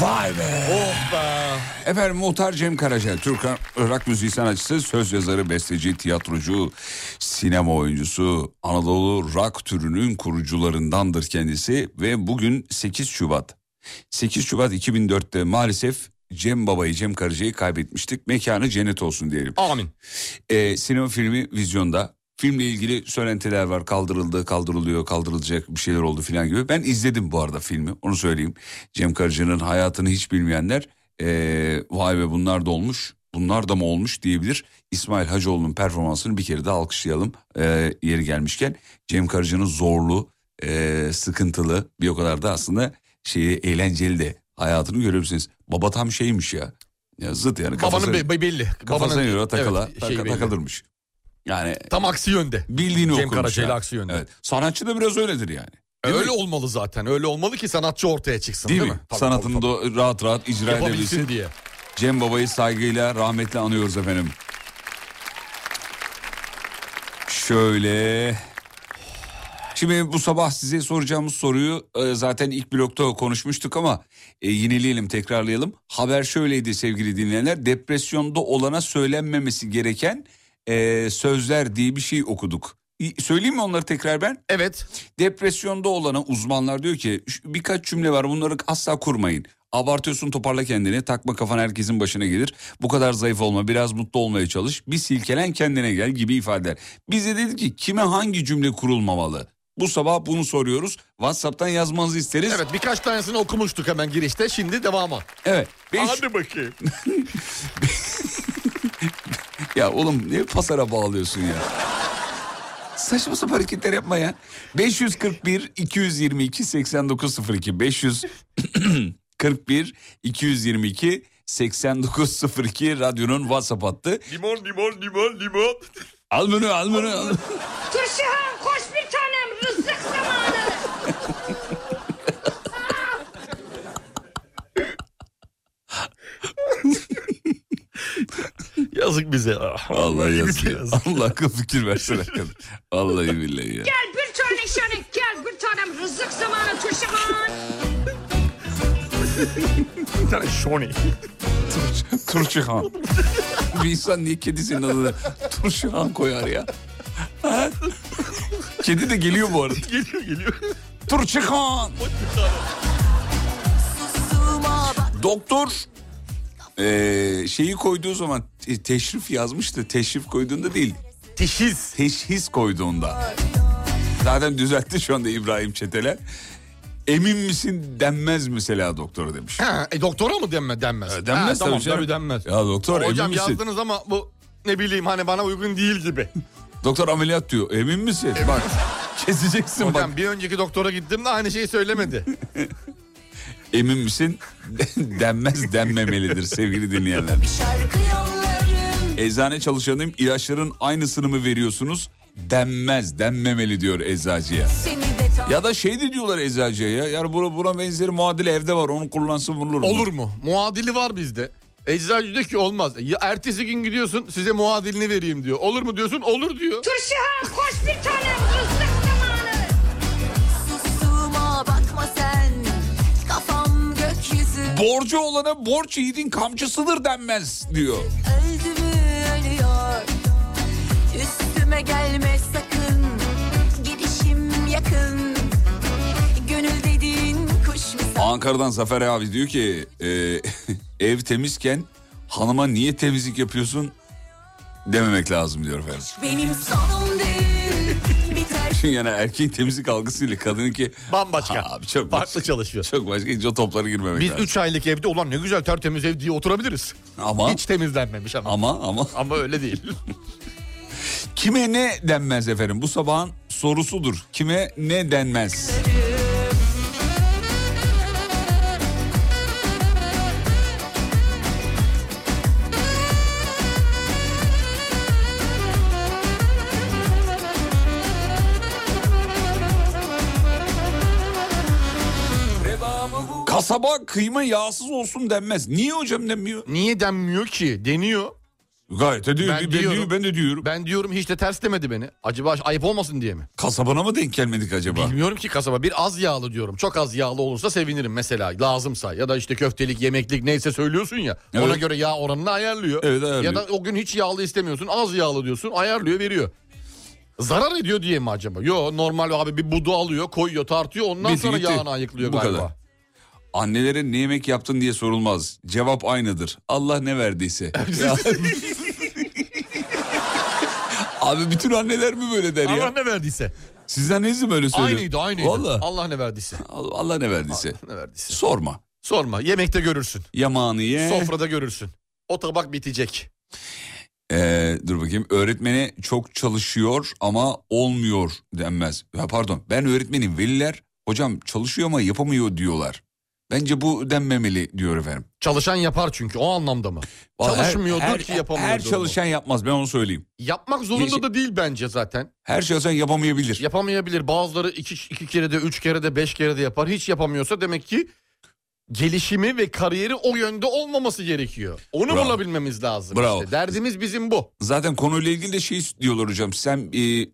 [SPEAKER 3] Vay be.
[SPEAKER 4] Oh be.
[SPEAKER 3] Efendim Muhtar Cem Karaca, Türk Irak müziği sanatçısı, söz yazarı, besteci, tiyatrocu, sinema oyuncusu, Anadolu rock türünün kurucularındandır kendisi ve bugün 8 Şubat. 8 Şubat 2004'te maalesef Cem Baba'yı, Cem Karaca'yı kaybetmiştik. Mekanı cennet olsun diyelim.
[SPEAKER 4] Amin.
[SPEAKER 3] Ee, sinema filmi vizyonda. Filmle ilgili söylentiler var. Kaldırıldı, kaldırılıyor, kaldırılacak bir şeyler oldu filan gibi. Ben izledim bu arada filmi. Onu söyleyeyim. Cem Karaca'nın hayatını hiç bilmeyenler ee, vay be bunlar da olmuş. Bunlar da mı olmuş diyebilir. İsmail Hacıoğlu'nun performansını bir kere de alkışlayalım ee, yeri gelmişken. Cem Karaca'nın zorlu, ee, sıkıntılı bir o kadar da aslında şeyi eğlenceli de hayatını görebilirsiniz. Baba tam şeymiş ya. Ya zıt yani
[SPEAKER 4] Babanın
[SPEAKER 3] kafası-
[SPEAKER 4] be- be- belli.
[SPEAKER 3] Kafasına
[SPEAKER 4] Babanın-
[SPEAKER 3] göre takıla,
[SPEAKER 4] Evet,
[SPEAKER 3] taka-
[SPEAKER 4] şey belli.
[SPEAKER 3] takılırmış. Yani
[SPEAKER 4] Tam aksi yönde.
[SPEAKER 3] bildiğini
[SPEAKER 4] Cem
[SPEAKER 3] okumuş.
[SPEAKER 4] Karaca'yla
[SPEAKER 3] ya.
[SPEAKER 4] aksi yönde.
[SPEAKER 3] Evet. Sanatçı da biraz öyledir yani.
[SPEAKER 4] E, öyle olmalı zaten. Öyle olmalı ki sanatçı ortaya çıksın
[SPEAKER 3] Değil,
[SPEAKER 4] değil,
[SPEAKER 3] mi?
[SPEAKER 4] mi? Tabii,
[SPEAKER 3] Sanatını
[SPEAKER 4] tabii,
[SPEAKER 3] da rahat rahat
[SPEAKER 4] tabii.
[SPEAKER 3] icra edebilsin.
[SPEAKER 4] yapabilsin diye.
[SPEAKER 3] Cem Baba'yı saygıyla rahmetle anıyoruz efendim. Şöyle. Şimdi bu sabah size soracağımız soruyu e, zaten ilk blokta konuşmuştuk ama e, yineleyelim tekrarlayalım. Haber şöyleydi sevgili dinleyenler depresyonda olana söylenmemesi gereken e, sözler diye bir şey okuduk. İ- Söyleyeyim mi onları tekrar ben?
[SPEAKER 4] Evet.
[SPEAKER 3] Depresyonda olana uzmanlar diyor ki "Şu birkaç cümle var bunları asla kurmayın. Abartıyorsun toparla kendini takma kafan herkesin başına gelir. Bu kadar zayıf olma biraz mutlu olmaya çalış. Bir silkelen kendine gel gibi ifadeler. Biz de dedik ki kime hangi cümle kurulmamalı? Bu sabah bunu soruyoruz. Whatsapp'tan yazmanızı isteriz. Evet.
[SPEAKER 4] Evet birkaç tanesini okumuştuk hemen girişte. Şimdi devamı.
[SPEAKER 3] Beş-
[SPEAKER 4] Hadi bakayım.
[SPEAKER 3] Ya oğlum niye pasara bağlıyorsun ya? Saçma sapan hareketler yapma ya. 541 222 8902 541 222 8902 radyonun WhatsApp hattı.
[SPEAKER 4] limon limon limon limon.
[SPEAKER 3] Al bunu al bunu al.
[SPEAKER 7] Turşuhan koş bir tanem rızık zamanı.
[SPEAKER 4] Yazık bize. Ah,
[SPEAKER 3] Allah
[SPEAKER 4] bize
[SPEAKER 3] yazsın. Allah akıl fikir versin hakikaten. Vallahi billahi ya.
[SPEAKER 7] Gel bir tane şanik gel bir tanem rızık zamanı Turşuhan.
[SPEAKER 4] Bir tane Şoni.
[SPEAKER 3] Turşu, Turşu Han. Bir insan niye kedisinin adını Turşu Han koyar ya? Ha? Kedi de geliyor bu arada.
[SPEAKER 4] Geliyor geliyor.
[SPEAKER 3] Turçu Han. Doktor eee, şeyi koyduğu zaman te- teşrif yazmıştı. Teşrif koyduğunda değil.
[SPEAKER 4] Teşhis.
[SPEAKER 3] Teşhis koyduğunda. Zaten düzeltti şu anda İbrahim Çetele. Emin misin denmez mesela doktora demiş.
[SPEAKER 4] Ha, e, doktora mı denme, denmez?
[SPEAKER 3] E, denmez
[SPEAKER 4] Ha, tamam,
[SPEAKER 3] tabii canım.
[SPEAKER 4] tabii denmez.
[SPEAKER 3] Ya doktor
[SPEAKER 4] Hocam
[SPEAKER 3] emin misin?
[SPEAKER 4] yazdınız ama bu ne bileyim hani bana uygun değil gibi.
[SPEAKER 3] Doktor ameliyat diyor. Emin misin? Bak keseceksin bak.
[SPEAKER 4] Hocam bir önceki doktora gittim de aynı şeyi söylemedi.
[SPEAKER 3] Emin misin? Denmez denmemelidir sevgili dinleyenler. Eczane çalışanıyım ilaçların aynısını mı veriyorsunuz? Denmez denmemeli diyor eczacıya. Ya da şey de diyorlar eczacıya ya. Yani buna, buna benzeri muadili evde var onu kullansın vurulur. mu?
[SPEAKER 4] Olur mu? Muadili var bizde. Eczacı diyor ki olmaz. Ya ertesi gün gidiyorsun size muadilini vereyim diyor. Olur mu diyorsun? Olur diyor.
[SPEAKER 7] Turşuhan koş bir tanem rızık zamanı.
[SPEAKER 9] Sustuğuma bakma sen Kafam gökyüzü
[SPEAKER 3] Borcu olana borç yiğidin kamçısıdır denmez diyor.
[SPEAKER 9] Öldü mü ölüyor Üstüme gelme sakın Gidişim yakın Gönül dediğin kuş mu
[SPEAKER 3] Ankara'dan Zafer abi diyor ki e, ev temizken hanıma niye temizlik yapıyorsun dememek lazım diyor efendim.
[SPEAKER 9] Benim sonum değil Biter
[SPEAKER 3] Çünkü yani erkeğin temizlik algısıyla kadının ki
[SPEAKER 4] Bambaşka.
[SPEAKER 3] Ha, abi çok
[SPEAKER 4] Farklı
[SPEAKER 3] başka,
[SPEAKER 4] çalışıyor.
[SPEAKER 3] çok başka hiç o toplara girmemek
[SPEAKER 4] Biz
[SPEAKER 3] lazım.
[SPEAKER 4] 3 aylık evde ulan ne güzel tertemiz ev diye oturabiliriz.
[SPEAKER 3] Ama
[SPEAKER 4] Hiç temizlenmemiş ama.
[SPEAKER 3] ama ama
[SPEAKER 4] Ama öyle değil.
[SPEAKER 3] kime ne denmez efendim bu sabahın sorusudur. Kime ne denmez? Kasaba kıyma yağsız olsun denmez. Niye hocam denmiyor?
[SPEAKER 4] Niye denmiyor ki? Deniyor.
[SPEAKER 3] Gayet de diyor. Ben, ben, diyorum, ben de diyorum.
[SPEAKER 4] Ben diyorum hiç de ters demedi beni. Acaba ayıp olmasın diye mi?
[SPEAKER 3] Kasabana mı denk gelmedik acaba?
[SPEAKER 4] Bilmiyorum ki kasaba. Bir az yağlı diyorum. Çok az yağlı olursa sevinirim mesela. Lazımsa ya da işte köftelik, yemeklik neyse söylüyorsun ya. Ona
[SPEAKER 3] Evet.
[SPEAKER 4] göre yağ oranını ayarlıyor.
[SPEAKER 3] Evet, ayarlıyor.
[SPEAKER 4] Ya da o gün hiç yağlı istemiyorsun. Az yağlı diyorsun. Ayarlıyor, veriyor. Zarar ediyor diye mi acaba? Yo normal abi bir budu alıyor, koyuyor, tartıyor. Ondan
[SPEAKER 3] Bitti,
[SPEAKER 4] sonra
[SPEAKER 3] gitti.
[SPEAKER 4] yağını ayıklıyor
[SPEAKER 3] Bu
[SPEAKER 4] galiba.
[SPEAKER 3] kadar. Annelere ne yemek yaptın diye sorulmaz. Cevap aynıdır. Allah ne verdiyse. Ya- Abi bütün anneler mi böyle der
[SPEAKER 4] Allah
[SPEAKER 3] ya?
[SPEAKER 4] ne verdiyse.
[SPEAKER 3] Siz anneniz mi böyle söylüyor?
[SPEAKER 4] Aynıydı aynıydı.
[SPEAKER 3] Valla.
[SPEAKER 4] Allah ne verdiyse.
[SPEAKER 3] Allah, ne verdiyse.
[SPEAKER 4] Ne verdiyse.
[SPEAKER 3] Sorma.
[SPEAKER 4] Sorma yemekte görürsün.
[SPEAKER 3] Yamağını ye.
[SPEAKER 4] Sofrada görürsün. O tabak bitecek.
[SPEAKER 3] Ee, dur bakayım. Öğretmene çok çalışıyor ama olmuyor denmez. Ya pardon ben öğretmenim. Veliler hocam çalışıyor ama yapamıyor diyorlar. Bence bu denmemeli diyor efendim.
[SPEAKER 4] Çalışan yapar çünkü o anlamda mı?
[SPEAKER 3] Vallahi her-
[SPEAKER 4] Çalışmıyordur
[SPEAKER 3] her-
[SPEAKER 4] ki yapamıyordur.
[SPEAKER 3] Her çalışan yapmaz ben onu söyleyeyim.
[SPEAKER 4] Yapmak zorunda da değil bence zaten.
[SPEAKER 3] Her çalışan yapamayabilir.
[SPEAKER 4] Yapamayabilir. Bazıları iki, iki kere de, üç kere de, beş kere de yapar. Hiç yapamıyorsa demek ki gelişimi ve kariyeri o yönde olmaması gerekiyor. Onu
[SPEAKER 3] Bravo.
[SPEAKER 4] bulabilmemiz lazım.
[SPEAKER 3] Bravo.
[SPEAKER 4] işte. Derdimiz bizim bu.
[SPEAKER 3] Zaten konuyla ilgili de şey diyorlar hocam. Sen e,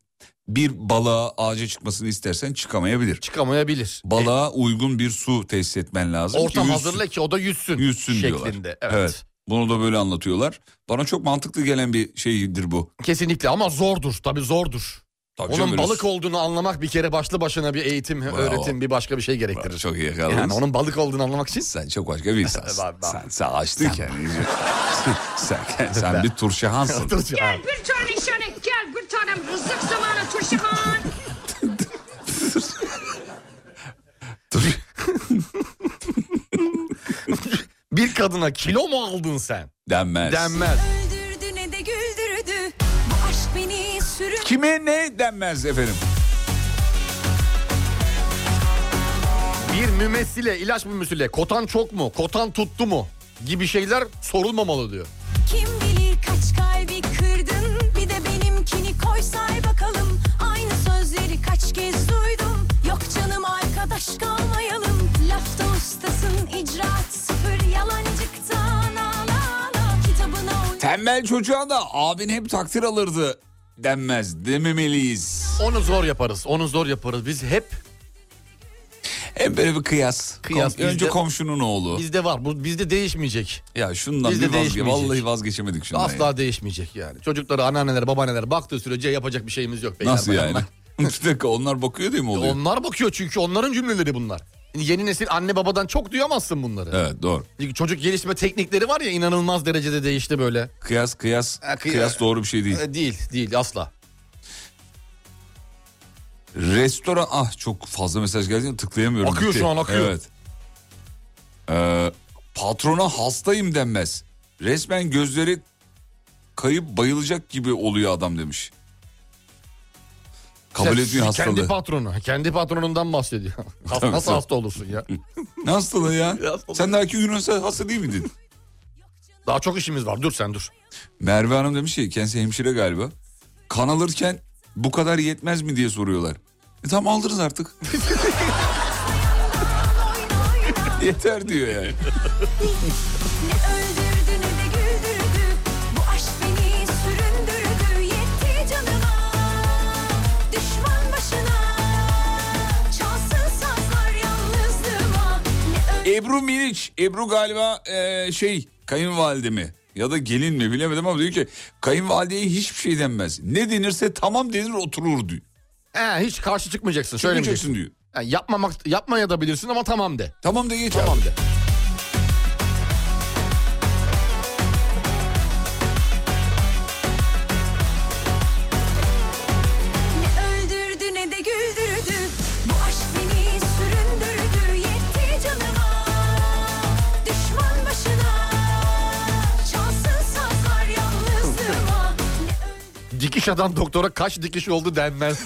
[SPEAKER 3] bir balığa ağaca çıkmasını istersen çıkamayabilir.
[SPEAKER 4] Çıkamayabilir.
[SPEAKER 3] Balığa uygun bir su tesis etmen lazım. ki
[SPEAKER 4] Ortam
[SPEAKER 3] yüzsün.
[SPEAKER 4] hazırla ki o da yüzsün.
[SPEAKER 3] Yüzsün diyorlar.
[SPEAKER 4] şeklinde. Evet.
[SPEAKER 3] Bunu da böyle anlatıyorlar. Bana çok mantıklı gelen bir şeydir bu.
[SPEAKER 4] Kesinlikle ama zordur. Tabii zordur.
[SPEAKER 3] Tabii canım,
[SPEAKER 4] Onun
[SPEAKER 3] böyle
[SPEAKER 4] balık
[SPEAKER 3] su-
[SPEAKER 4] olduğunu anlamak bir kere başlı başına bir eğitim, öğretim, bir başka bir şey gerektirir.
[SPEAKER 3] Çok iyi yakaladın.
[SPEAKER 4] Yani onun balık olduğunu anlamak için
[SPEAKER 3] Sen çok başka bir insansın.
[SPEAKER 4] Var, var.
[SPEAKER 3] sen, sen açtın kendini. sen, sen, sen bir turşahansın.
[SPEAKER 4] satırcı. Ha.
[SPEAKER 7] Bir tane işaret gel bir tanem rızık zamanı turşakan.
[SPEAKER 3] Tur-
[SPEAKER 4] bir kadına kilo mu aldın sen?
[SPEAKER 3] Denmez.
[SPEAKER 4] Denmez.
[SPEAKER 9] Güldürdü ne de güldürdü Bu aşk beni süründü
[SPEAKER 3] Kime ne denmez efendim?
[SPEAKER 4] Bir mümessile, ilaç mümessile, kotan çok mu, kotan tuttu mu gibi şeyler sorulmamalı diyor.
[SPEAKER 9] Kim bilir kaç kalbi kırdın Bir de benimkini koy say bakalım Aynı sözleri kaç kez duydum Yok canım arkadaş kalmayalım Lafta ustasın icraat sıfır Yalancıktan ağla ağla Kitabına uy
[SPEAKER 3] Tembel çocuğa da abin hep takdir alırdı denmez dememeliyiz.
[SPEAKER 4] Onu zor yaparız, onu zor yaparız. Biz hep,
[SPEAKER 3] Hem böyle bir kıyas.
[SPEAKER 4] Kıyas,
[SPEAKER 3] Kom- önce
[SPEAKER 4] bizde-
[SPEAKER 3] komşunun oğlu.
[SPEAKER 4] bizde var, bu bizde değişmeyecek.
[SPEAKER 3] Ya şundan
[SPEAKER 4] bizde
[SPEAKER 3] bir vazge-
[SPEAKER 4] değişmeyecek.
[SPEAKER 3] Vallahi vazgeçemedik şundan.
[SPEAKER 4] Asla
[SPEAKER 3] ya.
[SPEAKER 4] değişmeyecek yani. Çocuklara anneanneler, babaanneler baktığı sürece yapacak bir şeyimiz yok. beyler,
[SPEAKER 3] Nasıl yani?
[SPEAKER 4] bayanlar.
[SPEAKER 3] bir dakika onlar bakıyor değil mi oluyor?
[SPEAKER 4] Onlar bakıyor çünkü onların cümleleri bunlar. Yeni nesil anne babadan çok duyamazsın bunları.
[SPEAKER 3] Evet doğru.
[SPEAKER 4] Çünkü Çocuk gelişme teknikleri var ya inanılmaz derecede değişti böyle.
[SPEAKER 3] Kıyas kıyas
[SPEAKER 4] Ha, kıy-
[SPEAKER 3] kıyas doğru bir şey değil.
[SPEAKER 4] E, Değil, değil asla.
[SPEAKER 3] Restoran ah çok fazla mesaj geldi tıklayamıyorum.
[SPEAKER 4] Akıyor
[SPEAKER 3] Bitti.
[SPEAKER 4] şu an, akıyor.
[SPEAKER 3] Evet. Ee, patrona hastayım denmez. Resmen gözleri kayıp bayılacak gibi oluyor adam demiş. Kabul
[SPEAKER 4] Sen-
[SPEAKER 3] ediyor hastalığı.
[SPEAKER 4] Kendi patronu, kendi patronundan bahsediyor. Hasta,
[SPEAKER 3] Tabii,
[SPEAKER 4] nasıl
[SPEAKER 3] tabii.
[SPEAKER 4] hasta olursun ya?
[SPEAKER 3] Ne hastalığı ya?
[SPEAKER 4] hastalığı.
[SPEAKER 3] Sen daha iki gün önce hasta değil miydin?
[SPEAKER 4] Daha çok işimiz var. Dur sen dur.
[SPEAKER 3] Merve Hanım demiş ki kendisi hemşire galiba. Kan alırken bu kadar yetmez mi diye soruyorlar. E tamam aldınız artık. Yeter diyor yani.
[SPEAKER 9] Ne öldürdü ne de güldürdü Bu aşk beni süründürdü Yetti canıma Düşman başına Çalsın sazlar yalnızlığıma Ne öldürdü
[SPEAKER 3] Ebru Miniç. Ebru galiba e, şey kayınvalide mi? Ya da gelin mi bilemedim ama diyor ki kayınvalideye hiçbir şey denmez. Ne denirse tamam denir oturur diyor.
[SPEAKER 4] He, hiç karşı çıkmayacaksın. Söylemeyeceksin.
[SPEAKER 3] Söyleyeceksin diyor.
[SPEAKER 4] Yani yapmamak, yapmaya da bilirsin ama tamam de.
[SPEAKER 3] Tamam da geçer.
[SPEAKER 4] Tamam de.
[SPEAKER 9] ne öldürdü ne de güldürdü Bu aşk beni süründürdü Yetti canıma Düşman başına Çalsın sazlar yalnızlığıma Ne öldürdü
[SPEAKER 4] Dikiş adam doktora kaç dikiş oldu denmez.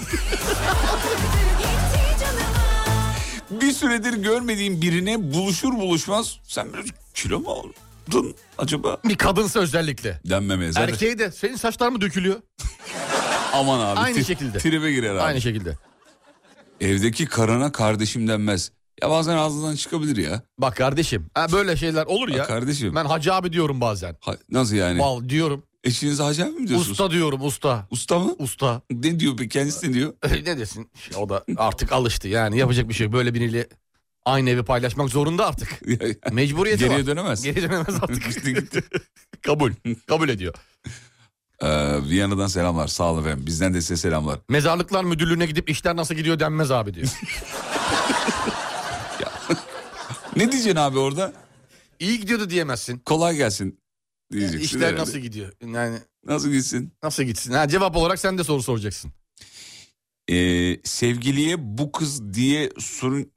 [SPEAKER 9] yetti canıma
[SPEAKER 3] Bir süredir görmediğim birine buluşur buluşmaz sen biraz kilo mu aldın acaba?
[SPEAKER 4] Bir kadınsa özellikle.
[SPEAKER 3] Denmemeye zaten.
[SPEAKER 4] Erkeğe de senin saçlar mı dökülüyor?
[SPEAKER 3] Aman abi.
[SPEAKER 4] Aynı
[SPEAKER 3] tri-
[SPEAKER 4] şekilde.
[SPEAKER 3] Tribe girer abi.
[SPEAKER 4] Aynı şekilde.
[SPEAKER 3] Evdeki karına kardeşim denmez. Ya bazen ağzından çıkabilir ya.
[SPEAKER 4] Bak kardeşim ha böyle şeyler olur ya.
[SPEAKER 3] kardeşim.
[SPEAKER 4] Ben hacı abi diyorum bazen.
[SPEAKER 3] Ha- nasıl yani?
[SPEAKER 4] Val diyorum.
[SPEAKER 3] Eşiniz Hacer mi diyorsunuz?
[SPEAKER 4] Usta diyorum usta.
[SPEAKER 3] Usta mı?
[SPEAKER 4] Usta.
[SPEAKER 3] Ne diyor peki kendisi ne diyor?
[SPEAKER 4] ne desin? O da artık alıştı yani yapacak bir şey. yok. Böyle biriyle aynı evi paylaşmak zorunda artık. Mecburiyeti
[SPEAKER 3] Geriye
[SPEAKER 4] var.
[SPEAKER 3] dönemez.
[SPEAKER 4] Geri dönemez artık.
[SPEAKER 3] Gitti, gitti.
[SPEAKER 4] kabul. Kabul ediyor.
[SPEAKER 3] Ee, Viyana'dan selamlar sağ olun efendim. Bizden de size selamlar.
[SPEAKER 4] Mezarlıklar müdürlüğüne gidip işler nasıl gidiyor denmez abi diyor.
[SPEAKER 3] Ne diyeceksin abi orada?
[SPEAKER 4] İyi gidiyordu diyemezsin.
[SPEAKER 3] Kolay gelsin diyeceksin.
[SPEAKER 4] İşler
[SPEAKER 3] herhalde.
[SPEAKER 4] nasıl gidiyor? Yani
[SPEAKER 3] Nasıl gitsin?
[SPEAKER 4] nasıl gitsin? Ha, cevap olarak sen de soru soracaksın.
[SPEAKER 3] Ee, sevgiliye bu kız diye sorun...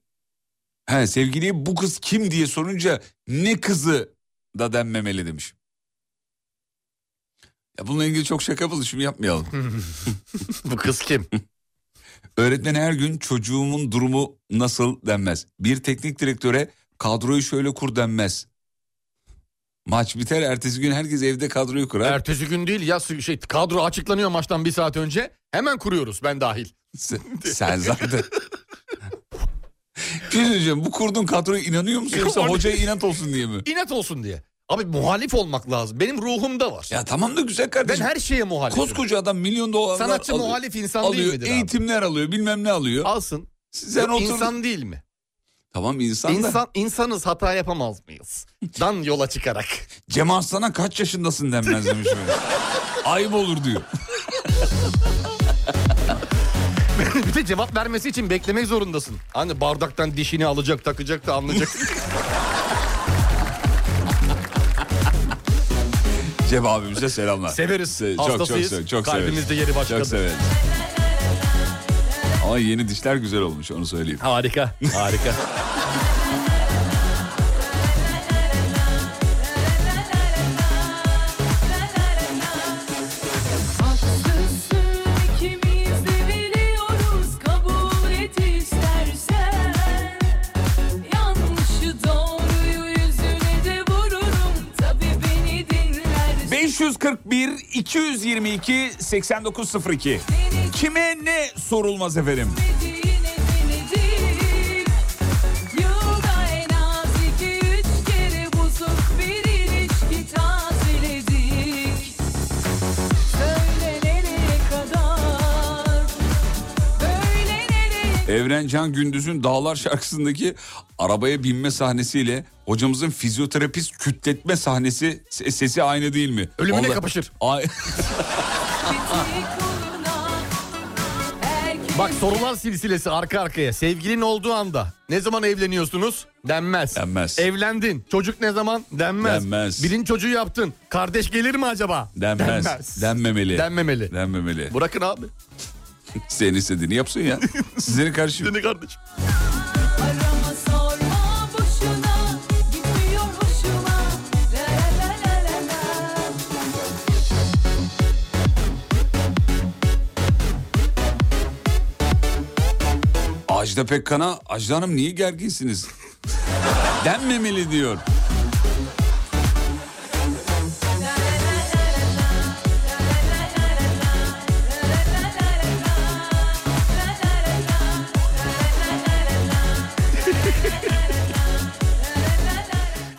[SPEAKER 3] He, sevgiliye bu kız kim diye sorunca ne kızı da denmemeli demiş. Ya bununla ilgili çok şaka yapıldı şimdi yapmayalım.
[SPEAKER 4] Bu kız kim?
[SPEAKER 3] Öğretmen her gün çocuğumun durumu nasıl denmez. Bir teknik direktöre kadroyu şöyle kur denmez. Maç biter ertesi gün herkes evde kadroyu kurar.
[SPEAKER 4] Ertesi gün değil ya şey kadro açıklanıyor maçtan bir saat önce. Hemen kuruyoruz ben dahil.
[SPEAKER 3] Sen, sen zaten... Bir şey söyleyeceğim bu kurduğun kadroya inanıyor musun yoksa hocaya inat olsun diye mi?
[SPEAKER 4] İnat olsun diye. Abi muhalif olmak lazım. Benim ruhumda var.
[SPEAKER 3] Ya tamam da güzel
[SPEAKER 4] ben
[SPEAKER 3] kardeşim.
[SPEAKER 4] her şeye muhalifim.
[SPEAKER 3] Koskoca adam milyon dolarlar
[SPEAKER 4] Sanatçı
[SPEAKER 3] alıyor.
[SPEAKER 4] muhalif insan değil
[SPEAKER 3] alıyor
[SPEAKER 4] midir
[SPEAKER 3] eğitimler alıyor bilmem ne alıyor.
[SPEAKER 4] abi? Alsın.
[SPEAKER 3] Sen
[SPEAKER 4] Yok,
[SPEAKER 3] otur.
[SPEAKER 4] İnsan değil mi?
[SPEAKER 3] Tamam insan, da.
[SPEAKER 4] İnsan, insanız hata yapamaz mıyız? Dan yola çıkarak.
[SPEAKER 3] Cem Arslan'a kaç yaşındasın denmez demiş. böyle. Ayıp olur diyor.
[SPEAKER 4] bir de cevap vermesi için beklemek zorundasın. Hani bardaktan dişini alacak takacak da anlayacak.
[SPEAKER 3] Cem abimize selamlar.
[SPEAKER 4] Severiz.
[SPEAKER 3] Se- Çok çok
[SPEAKER 4] Hastasıyız.
[SPEAKER 3] çok, çok
[SPEAKER 4] Kalbimizde
[SPEAKER 3] severiz.
[SPEAKER 4] yeri başkadır.
[SPEAKER 3] Çok severiz. Ama yeni dişler güzel olmuş onu söyleyeyim.
[SPEAKER 4] harika. Harika.
[SPEAKER 9] Haksızsın ikimiz de biliyoruz kabul et istersen Yanlışı doğruyu yüzüne de vururum tabi beni dinlersen
[SPEAKER 3] 541 222 8902 Kime ne sorulmaz efendim?
[SPEAKER 9] Yine denedik Yılda en az iki üç kere bozuk bir ilişki tazeledik Söyle nereye kadar Böyle nereye
[SPEAKER 3] Evren Can Gündüz'ün Dağlar şarkısındaki arabaya binme sahnesiyle hocamızın fizyoterapist kütletme sahnesi se- sesi aynı değil mi?
[SPEAKER 4] Ölümüne kapışır.
[SPEAKER 3] Ay-
[SPEAKER 9] bitik uğruna Herkes
[SPEAKER 4] Bak sorular silsilesi arka arkaya. Sevgilin olduğu anda ne zaman evleniyorsunuz? Denmez.
[SPEAKER 3] Denmez.
[SPEAKER 4] Evlendin. Çocuk ne zaman? Denmez.
[SPEAKER 3] Denmez.
[SPEAKER 4] Birin çocuğu yaptın. Kardeş gelir mi acaba?
[SPEAKER 3] denmez. Denmemeli.
[SPEAKER 4] Denmemeli.
[SPEAKER 3] Denmemeli.
[SPEAKER 4] Bırakın abi.
[SPEAKER 3] Senin istediğini yapsın ya. Sizin karşı
[SPEAKER 4] Seni kardeşim.
[SPEAKER 9] arama sorma boşuna Gitmiyor hoşuma La la la la la la
[SPEAKER 3] Ajda Pekkan'a Ajda Hanım niye gerginsiniz? Denmemeli diyor.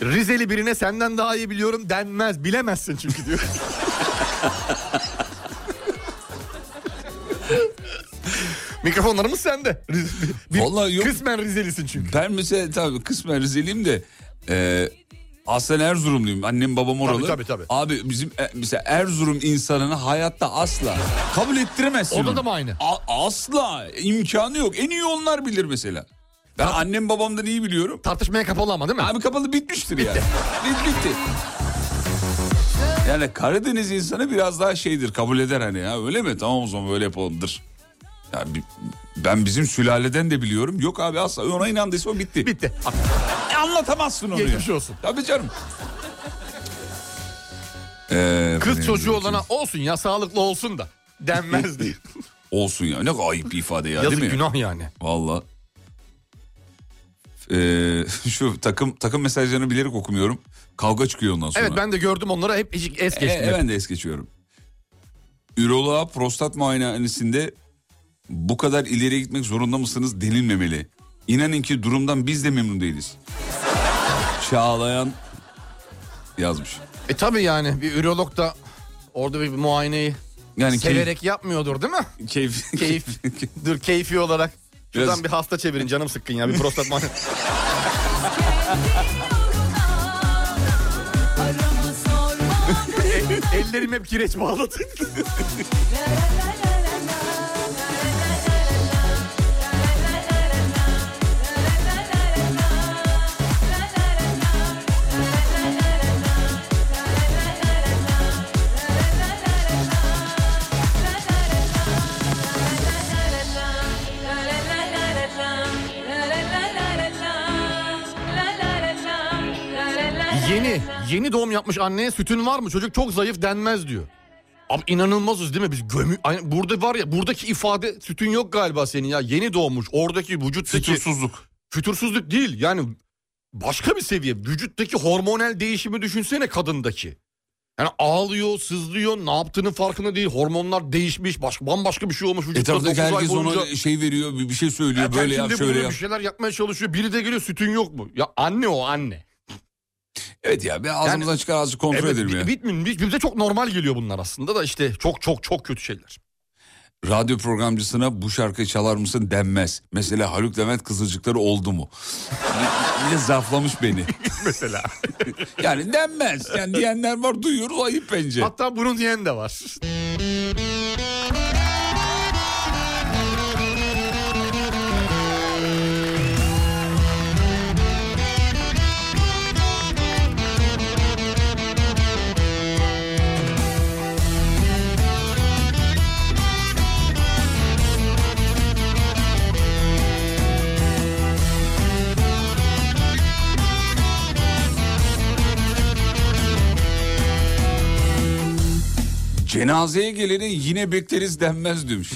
[SPEAKER 4] Rizeli birine senden daha iyi biliyorum denmez. Bilemezsin çünkü diyor. Mikrofonlarımız sende. Riz- bir-
[SPEAKER 3] Vallahi yok.
[SPEAKER 4] Kısmen Rizelisin çünkü.
[SPEAKER 3] Ben mesela tabii kısmen Rizeliyim de e, aslen Erzurumluyum. Annem babam oralı.
[SPEAKER 4] tabii, tabii.
[SPEAKER 3] Abi bizim e, mesela Erzurum insanını hayatta asla kabul ettiremezsin.
[SPEAKER 4] Orada
[SPEAKER 3] onu.
[SPEAKER 4] da mı aynı?
[SPEAKER 3] A- asla imkanı yok. En iyi onlar bilir mesela. Ben annem babamdan iyi biliyorum.
[SPEAKER 4] Tartışmaya kapalı ama değil mi?
[SPEAKER 3] Abi kapalı bitmiştir yani. Bit, bitti. Yani Karadeniz insanı biraz daha şeydir kabul eder hani ya öyle mi? Tamam o zaman böyle yapalımdır. Ya bi- ben bizim sülaleden de biliyorum. Yok abi asla ona inandıysa o bitti.
[SPEAKER 4] Bitti.
[SPEAKER 3] E, Anlatamazsın onu.
[SPEAKER 4] Geçmiş
[SPEAKER 3] ya.
[SPEAKER 4] olsun.
[SPEAKER 3] Tabii canım. Ee,
[SPEAKER 4] Kız çocuğu olana olsun ya sağlıklı olsun da denmez diye.
[SPEAKER 3] Olsun ya ne kadar ayıp bir ifade ya
[SPEAKER 4] Yazık
[SPEAKER 3] değil mi?
[SPEAKER 4] günah yani.
[SPEAKER 3] Valla. Ee, şu takım takım mesajlarını bilerek okumuyorum. Kavga çıkıyor ondan sonra.
[SPEAKER 4] Evet ben de gördüm onlara hep es es geçtim.
[SPEAKER 3] E,
[SPEAKER 4] hep.
[SPEAKER 3] ben de es geçiyorum. Üroloğa prostat muayenesinde bu kadar ileri gitmek zorunda mısınız denilmemeli. İnanın ki durumdan biz de memnun değiliz. Çağlayan yazmış.
[SPEAKER 4] E tabi yani bir ürolog da Orada bir muayeneyi
[SPEAKER 3] Yani keyif-
[SPEAKER 4] severek yapmıyordur değil mi?
[SPEAKER 3] Keyif.
[SPEAKER 4] Keyif. Dur keyfi olarak. Şuradan
[SPEAKER 3] Biraz-
[SPEAKER 4] bir hafta çevirin canım sıkkın ya. Bir prostat muayene. El- Ellerim hep kireç bağladı.
[SPEAKER 1] Yeni.
[SPEAKER 4] Yeni, yeni doğum yapmış anneye sütün var mı? Çocuk çok zayıf denmez diyor. Abi inanılmazız değil mi? Biz gömü... Ay, Burada var ya buradaki ifade sütün yok galiba senin ya. Yeni doğmuş. Oradaki vücuttaki...
[SPEAKER 3] Fütursuzluk.
[SPEAKER 4] Fütursuzluk değil yani başka bir seviye. Vücuttaki hormonal değişimi düşünsene kadındaki. Yani ağlıyor, sızlıyor, ne yaptığının farkında değil. Hormonlar değişmiş, baş, bambaşka bir şey olmuş vücutta.
[SPEAKER 3] Etrafındaki
[SPEAKER 4] Dokuz ay
[SPEAKER 3] E, herkes ona
[SPEAKER 4] boyunca-
[SPEAKER 3] şey veriyor, bir bir şey söylüyor.
[SPEAKER 4] Erken
[SPEAKER 3] böyle yap,
[SPEAKER 4] şimdi
[SPEAKER 3] şöyle
[SPEAKER 4] buluyor,
[SPEAKER 3] yap.
[SPEAKER 4] Bir şeyler yapmaya çalışıyor. Biri de geliyor sütün yok mu? Ya anne o anne.
[SPEAKER 3] Evet ya, bir ağzımızdan
[SPEAKER 4] Yani-
[SPEAKER 3] çıkar azıcık kontrol
[SPEAKER 4] Evet,
[SPEAKER 3] edelim ya.
[SPEAKER 4] bi- bitmiyor. Biz- Bize çok normal geliyor bunlar aslında da işte çok çok çok kötü şeyler.
[SPEAKER 3] Radyo programcısına bu şarkıyı çalar mısın denmez. Mesela Haluk Levent kızılcıkları oldu mu? Bir- bir de zarflamış beni.
[SPEAKER 4] Mesela.
[SPEAKER 3] Yani denmez. Yani diyenler var duyuyoruz ayıp bence.
[SPEAKER 4] Hatta bunun diyen de var.
[SPEAKER 3] Cenazeye geleni yine bekleriz denmez demiş.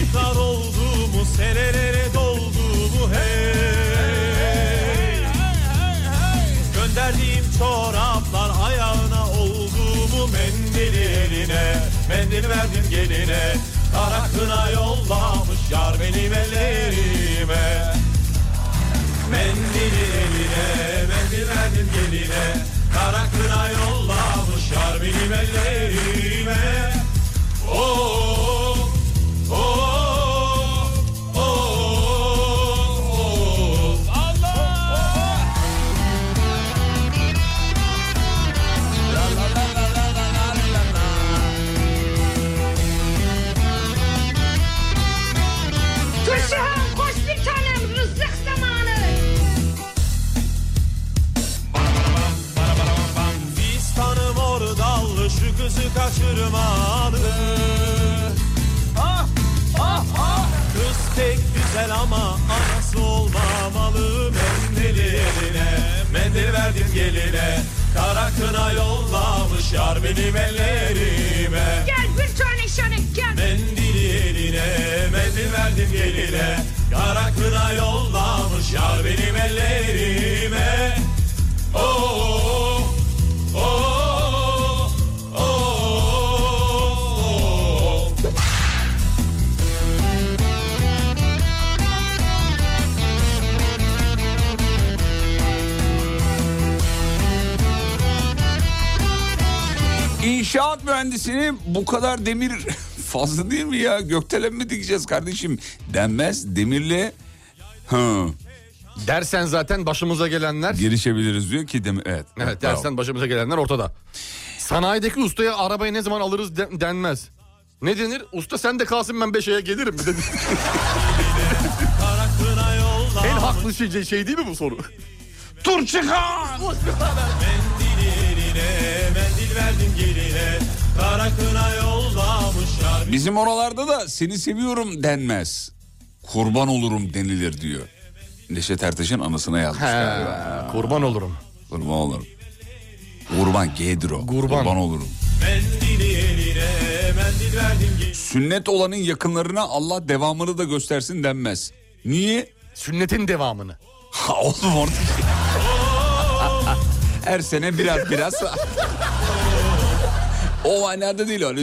[SPEAKER 6] Çıkar oldu mu senelere doldu mu hey Gönderdiğim çoraplar ayağına oldu mu mendili eline Mendil verdim geline Kara kına yollamış yar benim ellerime Mendili eline mendil verdim geline Kara kına yollamış yar benim ellerime Oh, oh, oh, oh, oh.
[SPEAKER 7] Kuşağım koş bir tanem rızık zamanı
[SPEAKER 6] Fistanım ordallı şu kızı kaçırmalı Ah ah ah Kız pek güzel ama anası olmamalı Mendili eline mendil verdim geline Kara kına yollamış yar benim ellerime
[SPEAKER 7] Gel bir tane şanek gel
[SPEAKER 6] Mendili eline mendil verdim geline Kara kına yollamış yar benim ellerime Oh oh oh oh, oh.
[SPEAKER 3] İnşaat mühendisini bu kadar demir fazla değil mi ya? Gökdelen mi dikeceğiz kardeşim? Denmez demirle hı,
[SPEAKER 4] Dersen zaten başımıza gelenler
[SPEAKER 3] gelişebiliriz diyor ki demir. Evet.
[SPEAKER 4] Evet dersen başımıza gelenler ortada. Sanayideki ustaya arabayı ne zaman alırız de- denmez. Ne denir? Usta sen de kalsın ben beşeye gelirim. Bir de- en haklı şey, şey değil mi bu soru?
[SPEAKER 6] Mendil eline mendil verdim geline Kara kına yollamış yar
[SPEAKER 3] Bizim oralarda da seni seviyorum denmez. Kurban olurum denilir diyor. Neşet Ertaş'ın anasına yazmış galiba.
[SPEAKER 4] kurban olurum.
[SPEAKER 3] Kurban olurum. Kurban Gedro.
[SPEAKER 4] Kurban.
[SPEAKER 3] olurum.
[SPEAKER 6] Mendili eline mendil verdim geline
[SPEAKER 3] Sünnet olanın yakınlarına Allah devamını da göstersin denmez. Niye?
[SPEAKER 4] Sünnetin devamını.
[SPEAKER 3] Ha oğlum orada. Her sene biraz biraz. o manada değil öyle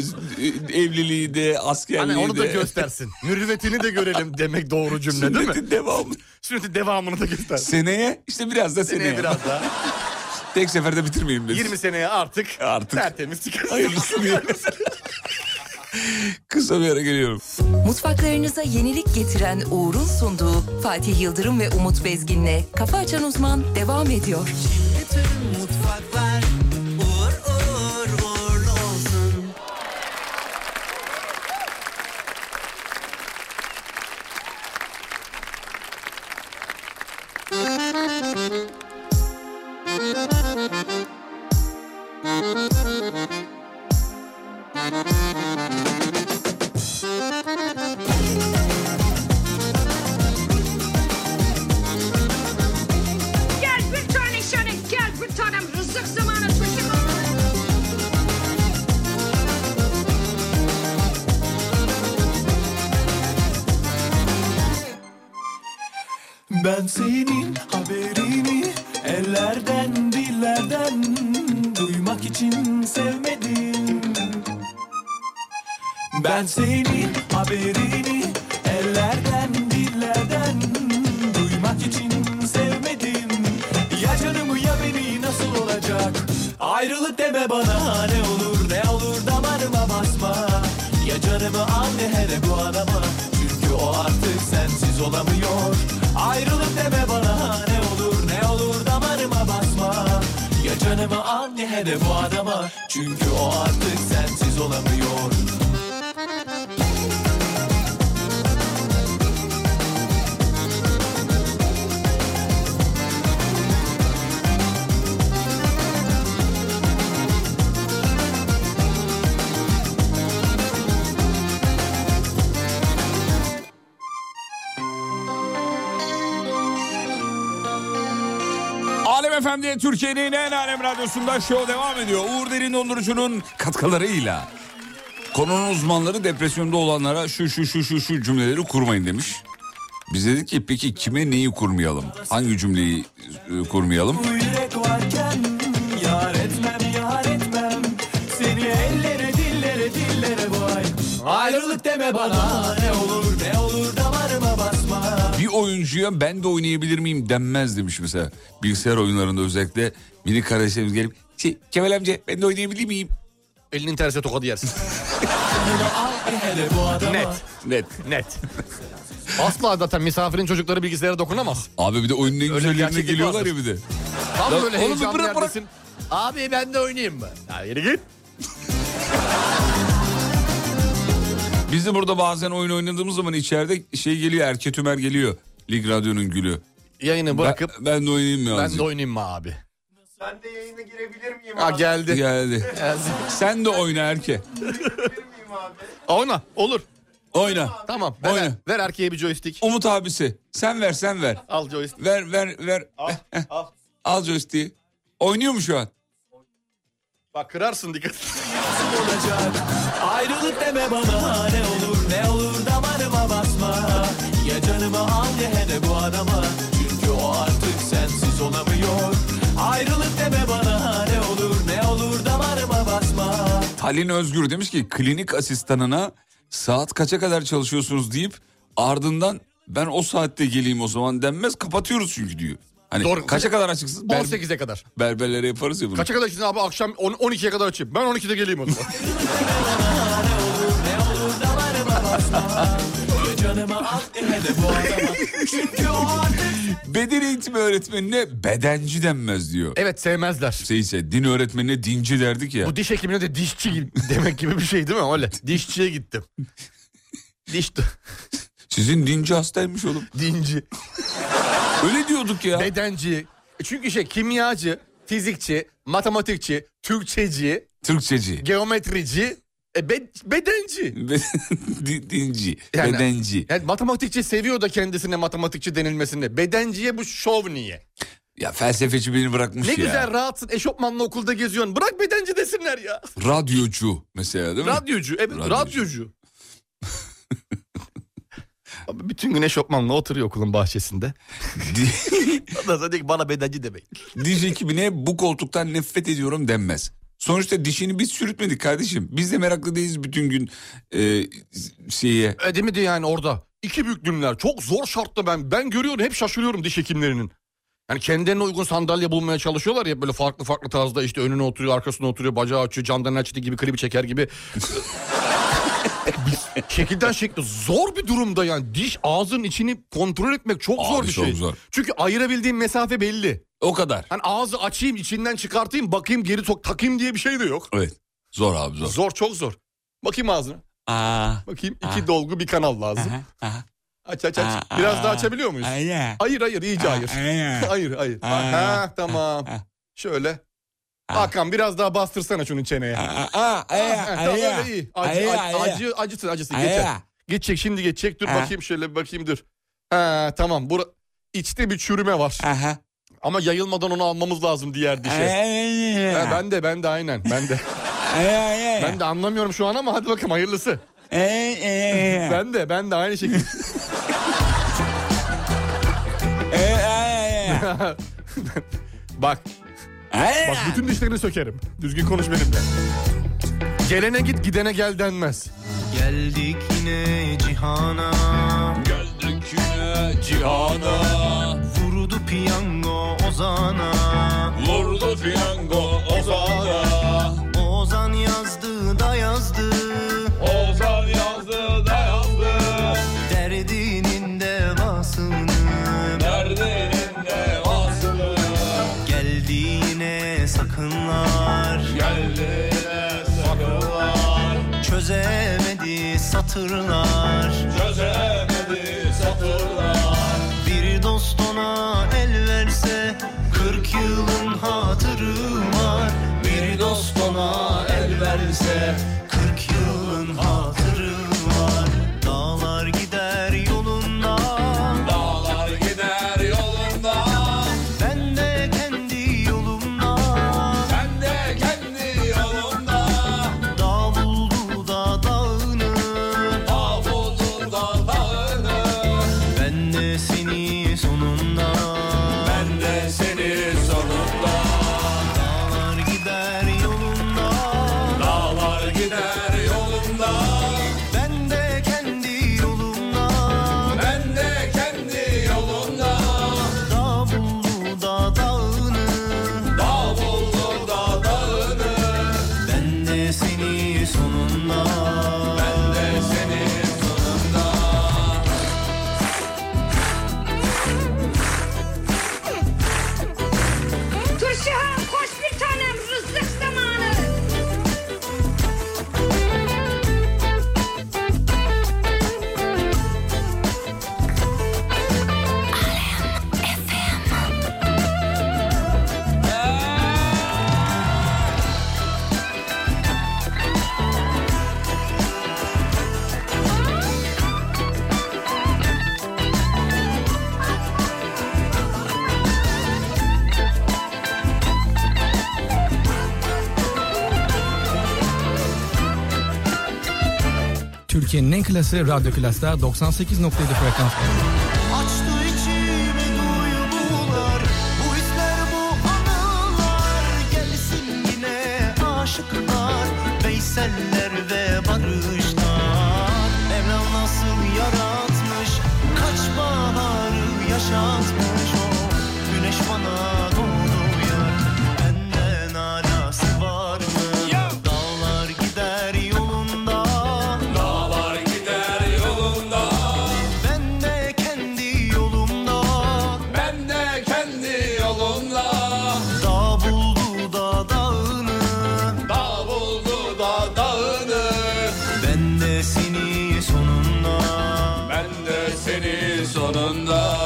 [SPEAKER 3] evliliği de askerliği
[SPEAKER 4] Hani onu da
[SPEAKER 3] de.
[SPEAKER 4] göstersin. Mürüvvetini de görelim demek doğru cümle değil mi?
[SPEAKER 3] Sünnetin devamı.
[SPEAKER 4] Sünnetin devamını da göstersin.
[SPEAKER 3] Seneye işte biraz da seneye.
[SPEAKER 4] Seneye biraz daha.
[SPEAKER 3] Tek seferde bitirmeyeyim dedim.
[SPEAKER 4] 20 seneye artık
[SPEAKER 3] Artık.
[SPEAKER 4] tertemiz çıkarsın.
[SPEAKER 3] Hayırlısı diyelim. Kısa bir ara geliyorum.
[SPEAKER 5] Mutfaklarınıza yenilik getiren Uğur'un sunduğu Fatih Yıldırım ve Umut Bezgin'le Kafa Açan Uzman devam ediyor.
[SPEAKER 10] Tüm mutfaklar uğur uğur uğurlu olsun.
[SPEAKER 7] Gel bir tane şöyle gel bir tanem rızık zamanı taşıma.
[SPEAKER 1] Ben senin haberini ellerden dillerden duymak için sevmedim. Ben senin haberini ellerden dillerden duymak için sevmedim. Ya canımı ya beni nasıl olacak? Ayrılık deme bana ne olur ne olur damarıma basma. Ya canımı al ne hele bu adama çünkü o artık sensiz olamıyor. Ayrılık deme bana ne olur ne olur damarıma basma. Ya canımı al ne hele bu adama çünkü o artık sensiz olamıyor.
[SPEAKER 3] Alem FM'de Türkiye'nin en alem radyosunda show devam ediyor. Uğur Derin Dondurucu'nun katkılarıyla. Konunun uzmanları depresyonda olanlara şu şu şu şu şu cümleleri kurmayın demiş. Biz dedik ki peki kime neyi kurmayalım? Hangi cümleyi e, kurmayalım?
[SPEAKER 1] Bu yürek varken yar etmem yar etmem Seni ellere dillere dillere vay Ayrılık deme bana ne olur ne olur damarıma basma
[SPEAKER 3] Bir oyuncuya ben de oynayabilir miyim denmez demiş mesela. Bilgisayar oyunlarında özellikle mini kardeşlerimiz gelip şey, Kemal amca ben de oynayabilir miyim?
[SPEAKER 4] Elinin tersine tokadı yersin.
[SPEAKER 1] Al hele bu adama
[SPEAKER 4] Net.
[SPEAKER 3] Net.
[SPEAKER 4] Net. Asla zaten misafirin çocukları bilgisayara dokunamaz.
[SPEAKER 3] Abi bir de oyunun en güzel
[SPEAKER 4] bir
[SPEAKER 3] yerine
[SPEAKER 4] gerçeklik
[SPEAKER 3] geliyorlar
[SPEAKER 4] vardır.
[SPEAKER 3] ya bir de.
[SPEAKER 4] Tam
[SPEAKER 3] Lan
[SPEAKER 4] böyle
[SPEAKER 3] oğlum
[SPEAKER 4] heyecanlı
[SPEAKER 3] bırak, bırak.
[SPEAKER 4] yerdesin. Abi ben de oynayayım mı? Ya yürü git.
[SPEAKER 3] Biz de burada bazen oyun oynadığımız zaman içeride şey geliyor Erke Tümer geliyor. Lig Radyo'nun gülü.
[SPEAKER 4] Yayını bırakıp
[SPEAKER 3] Ben, ben de oynayayım ya
[SPEAKER 4] ben,
[SPEAKER 3] azıcık.
[SPEAKER 4] de oynayayım mı abi?
[SPEAKER 1] Ben de yayına girebilir miyim
[SPEAKER 4] Ha geldi.
[SPEAKER 3] Geldi. Sen de oyna Erke.
[SPEAKER 1] abi?
[SPEAKER 4] Oyna olur.
[SPEAKER 3] Oyna.
[SPEAKER 4] Tamam. Ver,
[SPEAKER 3] Oyna.
[SPEAKER 4] ver erkeğe bir joystick.
[SPEAKER 3] Umut abisi. Sen ver sen ver.
[SPEAKER 4] Al joystick.
[SPEAKER 3] Ver ver ver. Al,
[SPEAKER 1] al.
[SPEAKER 3] al joystick'i. Oynuyor mu şu an?
[SPEAKER 4] Bak kırarsın dikkat.
[SPEAKER 1] olacak Ayrılık deme bana ne olur ne olur damarıma basma Ya canımı al ya hele bu adama Çünkü o artık sensiz olamıyor Ayrılık deme bana ne olur ne olur damarıma basma
[SPEAKER 3] Talin Özgür demiş ki klinik asistanına saat kaça kadar çalışıyorsunuz deyip ardından ben o saatte geleyim o zaman denmez kapatıyoruz çünkü diyor. Hani
[SPEAKER 4] Doğru.
[SPEAKER 3] kaça kadar açıksınız? Ber-
[SPEAKER 4] 18'e kadar.
[SPEAKER 3] berberlere yaparız ya bunu.
[SPEAKER 4] Kaça kadar açın abi akşam on- 12'ye kadar açayım. Ben 12'de geleyim o zaman.
[SPEAKER 3] Beden eğitimi öğretmenine bedenci denmez diyor.
[SPEAKER 4] evet sevmezler.
[SPEAKER 3] Şey ise din öğretmenine dinci derdik ya.
[SPEAKER 4] Bu diş hekimine de dişçi gibi- demek gibi bir şey değil mi öyle? Dişçiye gittim. Diş
[SPEAKER 3] Sizin dinci hastaymış oğlum.
[SPEAKER 4] dinci,
[SPEAKER 3] Öyle diyorduk ya.
[SPEAKER 4] bedenci. E Çünkü şey kimyacı, fizikçi, matematikçi, Türkçeci,
[SPEAKER 3] Türkçeci.
[SPEAKER 4] geometrici, e, be- bedenci.
[SPEAKER 3] Be- din- dinci.
[SPEAKER 4] Yani-
[SPEAKER 3] bedenci.
[SPEAKER 4] Yani matematikçi seviyor da kendisine matematikçi denilmesini. Bedenciye bu şov niye?
[SPEAKER 3] Ya felsefeci beni bırakmış
[SPEAKER 4] Ne
[SPEAKER 3] ya.
[SPEAKER 4] güzel rahatsın eşofmanla okulda geziyorsun. Bırak bedenci desinler ya.
[SPEAKER 3] Radyocu mesela değil mi?
[SPEAKER 4] Radyocu. Evet
[SPEAKER 3] Radyocu.
[SPEAKER 4] radyocu. Abi bütün gün eşofmanla oturuyor okulun bahçesinde.
[SPEAKER 3] Di-
[SPEAKER 4] Ondan sonra diyor ki, bana bedenci demek.
[SPEAKER 3] Diş ekibine bu koltuktan nefret ediyorum denmez. Sonuçta dişini biz sürütmedik kardeşim. Biz de meraklı değiliz bütün gün e, şeye.
[SPEAKER 4] E, değil mi diyor yani orada? İki büklümler çok zor şartta ben ben görüyorum hep şaşırıyorum diş hekimlerinin. Yani kendilerine uygun sandalye bulmaya çalışıyorlar ya böyle farklı farklı tarzda işte önüne oturuyor arkasına oturuyor bacağı açıyor camdan açtı gibi klibi çeker gibi. Şekilden şekle zor bir durumda yani diş ağzın içini kontrol etmek çok zor
[SPEAKER 3] Abi
[SPEAKER 4] bir
[SPEAKER 3] çok
[SPEAKER 4] şey.
[SPEAKER 3] zor.
[SPEAKER 4] Çünkü ayırabildiğin mesafe belli.
[SPEAKER 3] O kadar.
[SPEAKER 4] Hani ağzı açayım içinden çıkartayım bakayım geri sok takayım diye bir şey de yok.
[SPEAKER 3] Evet. Zor abi zor.
[SPEAKER 4] Zor çok zor. Bakayım ağzına.
[SPEAKER 3] Aa.
[SPEAKER 4] Bakayım iki dolgu bir kanal lazım.
[SPEAKER 6] Ah,
[SPEAKER 4] Aç aç aç. Biraz daha açabiliyor muyuz? Hayır hayır
[SPEAKER 6] Ah,
[SPEAKER 4] iyice hayır. Hayır hayır. Ha tamam. Şöyle. Hakan biraz daha bastırsana şunun çeneye.
[SPEAKER 6] Ah.
[SPEAKER 4] Ah, Ha, Tamam öyle iyi. Acı, acı, acı, acısın acısın geçer. Geçecek şimdi geçecek dur bakayım şöyle bir bakayım dur. Ha tamam bura içte bir çürüme var. Ama yayılmadan onu almamız lazım diğer dişe. Ha, ben de ben de aynen ben de. ben de anlamıyorum şu an ama hadi bakalım hayırlısı. Ben de ben de aynı şekilde. Bak. Bak bütün dişlerini sökerim. Düzgün konuş benimle. Gelene git gidene gel denmez.
[SPEAKER 1] Geldik yine cihana
[SPEAKER 3] Geldik yine cihana.
[SPEAKER 1] Vurdu piyango Ozan'a
[SPEAKER 3] Vurdu fiyango ozana.
[SPEAKER 1] Ozan yazdı da yazdı
[SPEAKER 3] Ozan yazdı da yazdı.
[SPEAKER 1] Derdinin devasını
[SPEAKER 3] Derdinin devasını.
[SPEAKER 1] Geldi yine sakınlar
[SPEAKER 3] Geldi yine sakınlar.
[SPEAKER 1] Çözemedi satırlar
[SPEAKER 3] Çözemedi satırlar.
[SPEAKER 1] Bir dost ona el verse 40 yılın hatırı var Bir dost ona el verse 40 yılın hatırı var Dağlar gider yolunda
[SPEAKER 3] Dağlar gider yolunda.
[SPEAKER 1] Ben de kendi yolumda
[SPEAKER 3] Ben de kendi yolumda.
[SPEAKER 1] Dağ buldu da dağını
[SPEAKER 3] Dağ buldum da dağını.
[SPEAKER 1] Ben de seni sonunda
[SPEAKER 3] Ben de seni sonunda.
[SPEAKER 1] Dağlar gider yolunda
[SPEAKER 3] Dağlar gider yolunda.
[SPEAKER 1] Ben de kendi yolumda
[SPEAKER 3] Ben de kendi yolunda.
[SPEAKER 1] Dağ buldu da dağını
[SPEAKER 3] Dağ buldum da dağını.
[SPEAKER 1] Ben de seni sonunda
[SPEAKER 3] Ben de seni sonunda.
[SPEAKER 7] Turşuhan koş bir tanem rızlık zamanı.
[SPEAKER 11] Türkiye'nin en klası Radyo Klas'ta 98.7 frekans.
[SPEAKER 1] Açtı içimi duygular Bu hisler bu anılar Gelsin yine aşıklar Veyseller ve barışlar Mevlam nasıl yaratmış Kaç baharı yaşatmış o Güneş bana doğuyor Benden alası var mı? Dağlar gider yolunda
[SPEAKER 3] Dağlar gider yolunda.
[SPEAKER 1] Ben de kendi yolumda
[SPEAKER 3] Ben de kendi yolumda.
[SPEAKER 1] Dağ buldu da dağını
[SPEAKER 3] Dağ buldu da dağını.
[SPEAKER 1] Ben de seni sonunda
[SPEAKER 3] Ben de seni sonunda.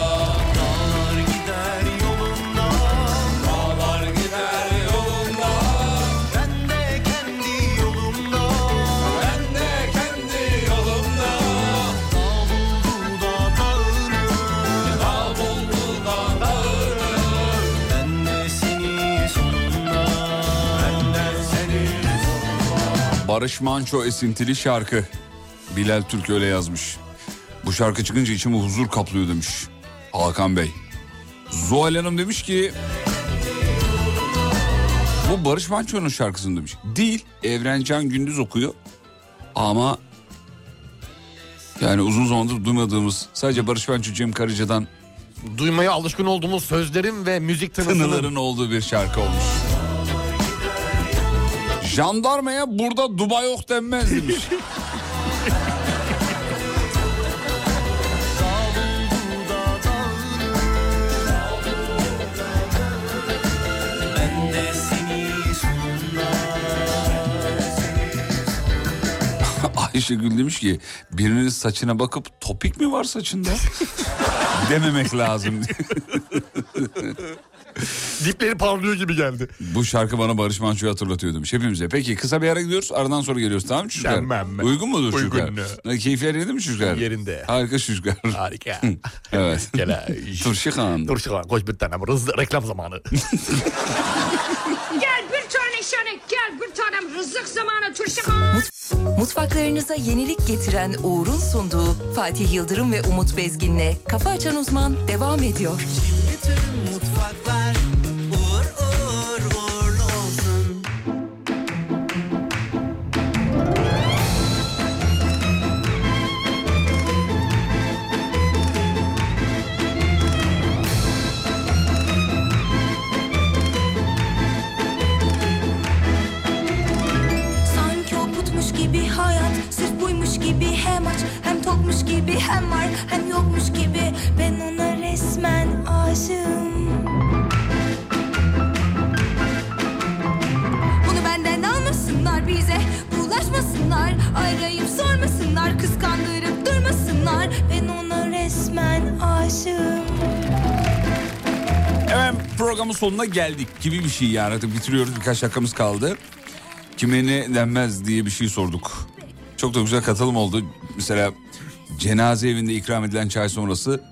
[SPEAKER 1] Dağlar gider yolunda
[SPEAKER 3] Dağlar gider yolunda.
[SPEAKER 1] Ben de kendi yolumda
[SPEAKER 3] Ben de kendi yolumda.
[SPEAKER 1] Dağ buldu da dağını
[SPEAKER 3] Dağ buldu da dağını.
[SPEAKER 1] Ben de seni sonunda Ben de seni
[SPEAKER 3] Barış Manço esintili şarkı. Bilal Türk öyle yazmış. Bu şarkı çıkınca içimi huzur kaplıyor demiş. Hakan Bey. Zuhal Hanım demiş ki... Bu Barış Manço'nun şarkısını demiş. Değil. Evrencan Gündüz okuyor. Ama... Yani uzun zamandır duymadığımız sadece Barış Manço Cem Karaca'dan
[SPEAKER 4] duymaya alışkın olduğumuz sözlerin ve müzik tınısının
[SPEAKER 3] Tınıların olduğu bir şarkı olmuş. Jandarmaya burada Dubai yok denmez demiş.
[SPEAKER 1] Ben de seni
[SPEAKER 3] Ayşegül demiş ki birinin saçına bakıp topik mi var saçında? Dememek lazım.
[SPEAKER 4] dipleri parlıyor gibi geldi.
[SPEAKER 3] Bu şarkı bana Barış Manço'yu hatırlatıyor demiş hepimize. Peki kısa bir ara gidiyoruz aradan sonra geliyoruz tamam mı çocuklar?
[SPEAKER 4] Mükemmel.
[SPEAKER 3] Uygun mudur
[SPEAKER 4] Uygun.
[SPEAKER 3] çocuklar? Ne, Keyfi yerinde mi çocuklar?
[SPEAKER 4] Yerinde.
[SPEAKER 3] Harika çocuklar.
[SPEAKER 4] Harika.
[SPEAKER 3] evet.
[SPEAKER 4] Gel.
[SPEAKER 3] Turşikan.
[SPEAKER 4] Dur şu an koş bir tane. Hızlı reklam zamanı.
[SPEAKER 7] Gel bir tane şenek gel bir tanem rızık zamanı turşu
[SPEAKER 5] Mutfaklarınıza yenilik getiren Uğur'un sunduğu Fatih Yıldırım ve Umut Bezgin'le Kafa Açan Uzman devam ediyor.
[SPEAKER 12] Bütün mutfaklar uğur uğur uğurlu olsun.
[SPEAKER 9] Sanki okutmuş gibi hayat Sırf buymuş gibi hem aç Hem tokmuş gibi hem var Hem yokmuş gibi Ben ona resmen aşığım Bunu benden almasınlar bize Bulaşmasınlar Arayıp sormasınlar Kıskandırıp durmasınlar Ben ona resmen aşığım
[SPEAKER 3] Hemen programın sonuna geldik gibi bir şey yani. Artık bitiriyoruz birkaç dakikamız kaldı. Kime ne denmez diye bir şey sorduk. Çok da güzel katılım oldu. Mesela cenaze evinde ikram edilen çay sonrası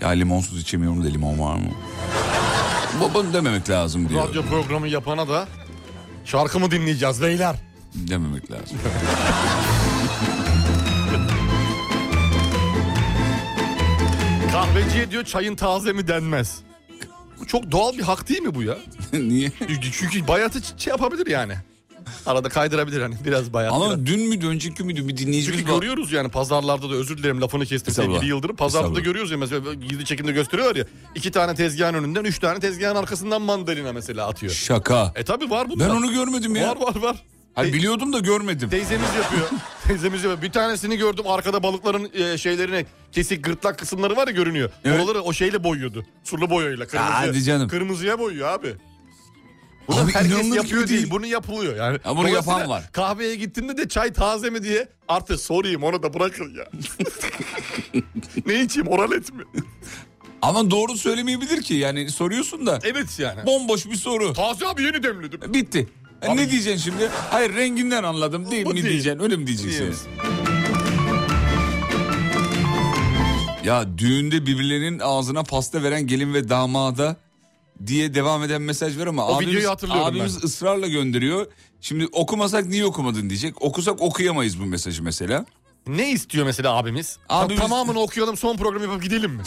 [SPEAKER 3] ya limonsuz içemiyorum da limon var mı? Bu- Bunu dememek lazım diyor.
[SPEAKER 4] Radyo programı yapana da şarkımı dinleyeceğiz beyler.
[SPEAKER 3] Dememek lazım.
[SPEAKER 4] Kahveciye diyor çayın taze mi denmez. Bu çok doğal bir hak değil mi bu ya?
[SPEAKER 3] Niye?
[SPEAKER 4] Çünkü- Çünkü bayatı ç- şey yapabilir yani. Arada kaydırabilir hani biraz bayat. biraz.
[SPEAKER 3] Ama dün müydü önceki müydü bir
[SPEAKER 4] Çünkü
[SPEAKER 3] dinleyicimiz var.
[SPEAKER 4] görüyoruz yani pazarlarda da özür dilerim lafını kestim
[SPEAKER 3] Estağfurullah.
[SPEAKER 4] sevgili Yıldırım. Pazarda da
[SPEAKER 3] Estağfurullah.
[SPEAKER 4] görüyoruz ya mesela gizli çekimde gösteriyorlar ya. iki tane tezgahın önünden üç tane tezgahın arkasından mandalina mesela atıyor.
[SPEAKER 3] Şaka.
[SPEAKER 4] E tabi var bunlar.
[SPEAKER 3] Ben onu görmedim ya.
[SPEAKER 4] Var var var.
[SPEAKER 3] Hayır, biliyordum da görmedim.
[SPEAKER 4] Teyzemiz yapıyor. Teyzemiz yapıyor. Bir tanesini gördüm arkada balıkların e, şeylerine kesik gırtlak kısımları var ya görünüyor.
[SPEAKER 3] Evet.
[SPEAKER 4] Oraları o şeyle boyuyordu. Sulu boyayla. Kırmızıya,
[SPEAKER 3] Hadi canım.
[SPEAKER 4] kırmızıya boyuyor abi. Bunu
[SPEAKER 3] Abi
[SPEAKER 4] herkes
[SPEAKER 3] inanılır
[SPEAKER 4] yapıyor
[SPEAKER 3] gibi
[SPEAKER 4] değil.
[SPEAKER 3] değil.
[SPEAKER 4] Bunu yapılıyor yani.
[SPEAKER 3] Ha, bunu yapan
[SPEAKER 4] Dolayısıyla
[SPEAKER 3] var.
[SPEAKER 4] Kahveye gittiğimde de çay taze mi diye artık sorayım onu da bırakın ya. ne içeyim oralet mi?
[SPEAKER 3] Ama doğru söylemeyebilir ki yani soruyorsun da.
[SPEAKER 4] Evet yani.
[SPEAKER 3] Bomboş bir soru.
[SPEAKER 4] Taze abi yeni demledim.
[SPEAKER 3] Bitti. E, ne diyeceksin şimdi? Hayır renginden anladım değil
[SPEAKER 4] Bu
[SPEAKER 3] mi
[SPEAKER 4] değil.
[SPEAKER 3] diyeceksin? Öyle mi diyeceksin?
[SPEAKER 4] Diyemez.
[SPEAKER 3] Ya düğünde birbirlerinin ağzına pasta veren gelin ve damada diye devam eden mesaj var ama
[SPEAKER 4] O
[SPEAKER 3] abimiz,
[SPEAKER 4] videoyu hatırlıyorum
[SPEAKER 3] abimiz ısrarla gönderiyor. Şimdi okumasak niye okumadın diyecek. Okusak okuyamayız bu mesajı mesela.
[SPEAKER 4] Ne istiyor mesela abimiz?
[SPEAKER 3] Abimiz-
[SPEAKER 4] Tamamını okuyalım son programı yapıp gidelim mi?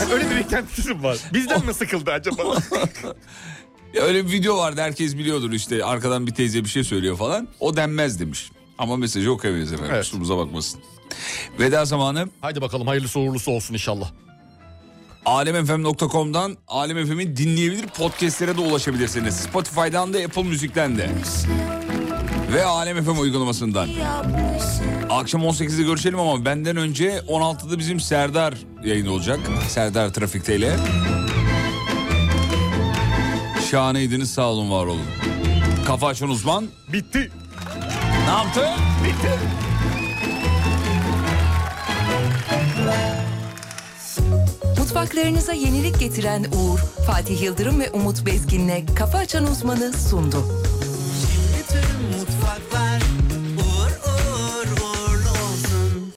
[SPEAKER 4] Yani öyle bir beklentisi mi var? Bizden mi sıkıldı acaba?
[SPEAKER 3] Ya öyle bir video vardı herkes biliyordur işte arkadan bir teyze bir şey söylüyor falan. O denmez demiş. Ama mesajı okuyamayız efendim.
[SPEAKER 4] Evet.
[SPEAKER 3] Kusurumuza bakmasın. Veda zamanı
[SPEAKER 4] Haydi bakalım hayırlısı uğurlusu olsun inşallah.
[SPEAKER 3] alemfm.com'dan Alem FM'i dinleyebilir podcastlere de ulaşabilirsiniz. Spotify'dan da Apple Müzik'ten de. Ve Alem FM uygulamasından. Akşam 18'de görüşelim ama benden önce 16'da bizim Serdar yayın olacak. Serdar Trafik'te ile. Şahaneydiniz sağ olun var olun. Kafa açan uzman.
[SPEAKER 4] Bitti.
[SPEAKER 3] Ne yaptı?
[SPEAKER 5] Mutfaklarınıza yenilik getiren Uğur, Fatih Yıldırım ve Umut Bezgin'le Kafa Açan Uzman'ı sundu.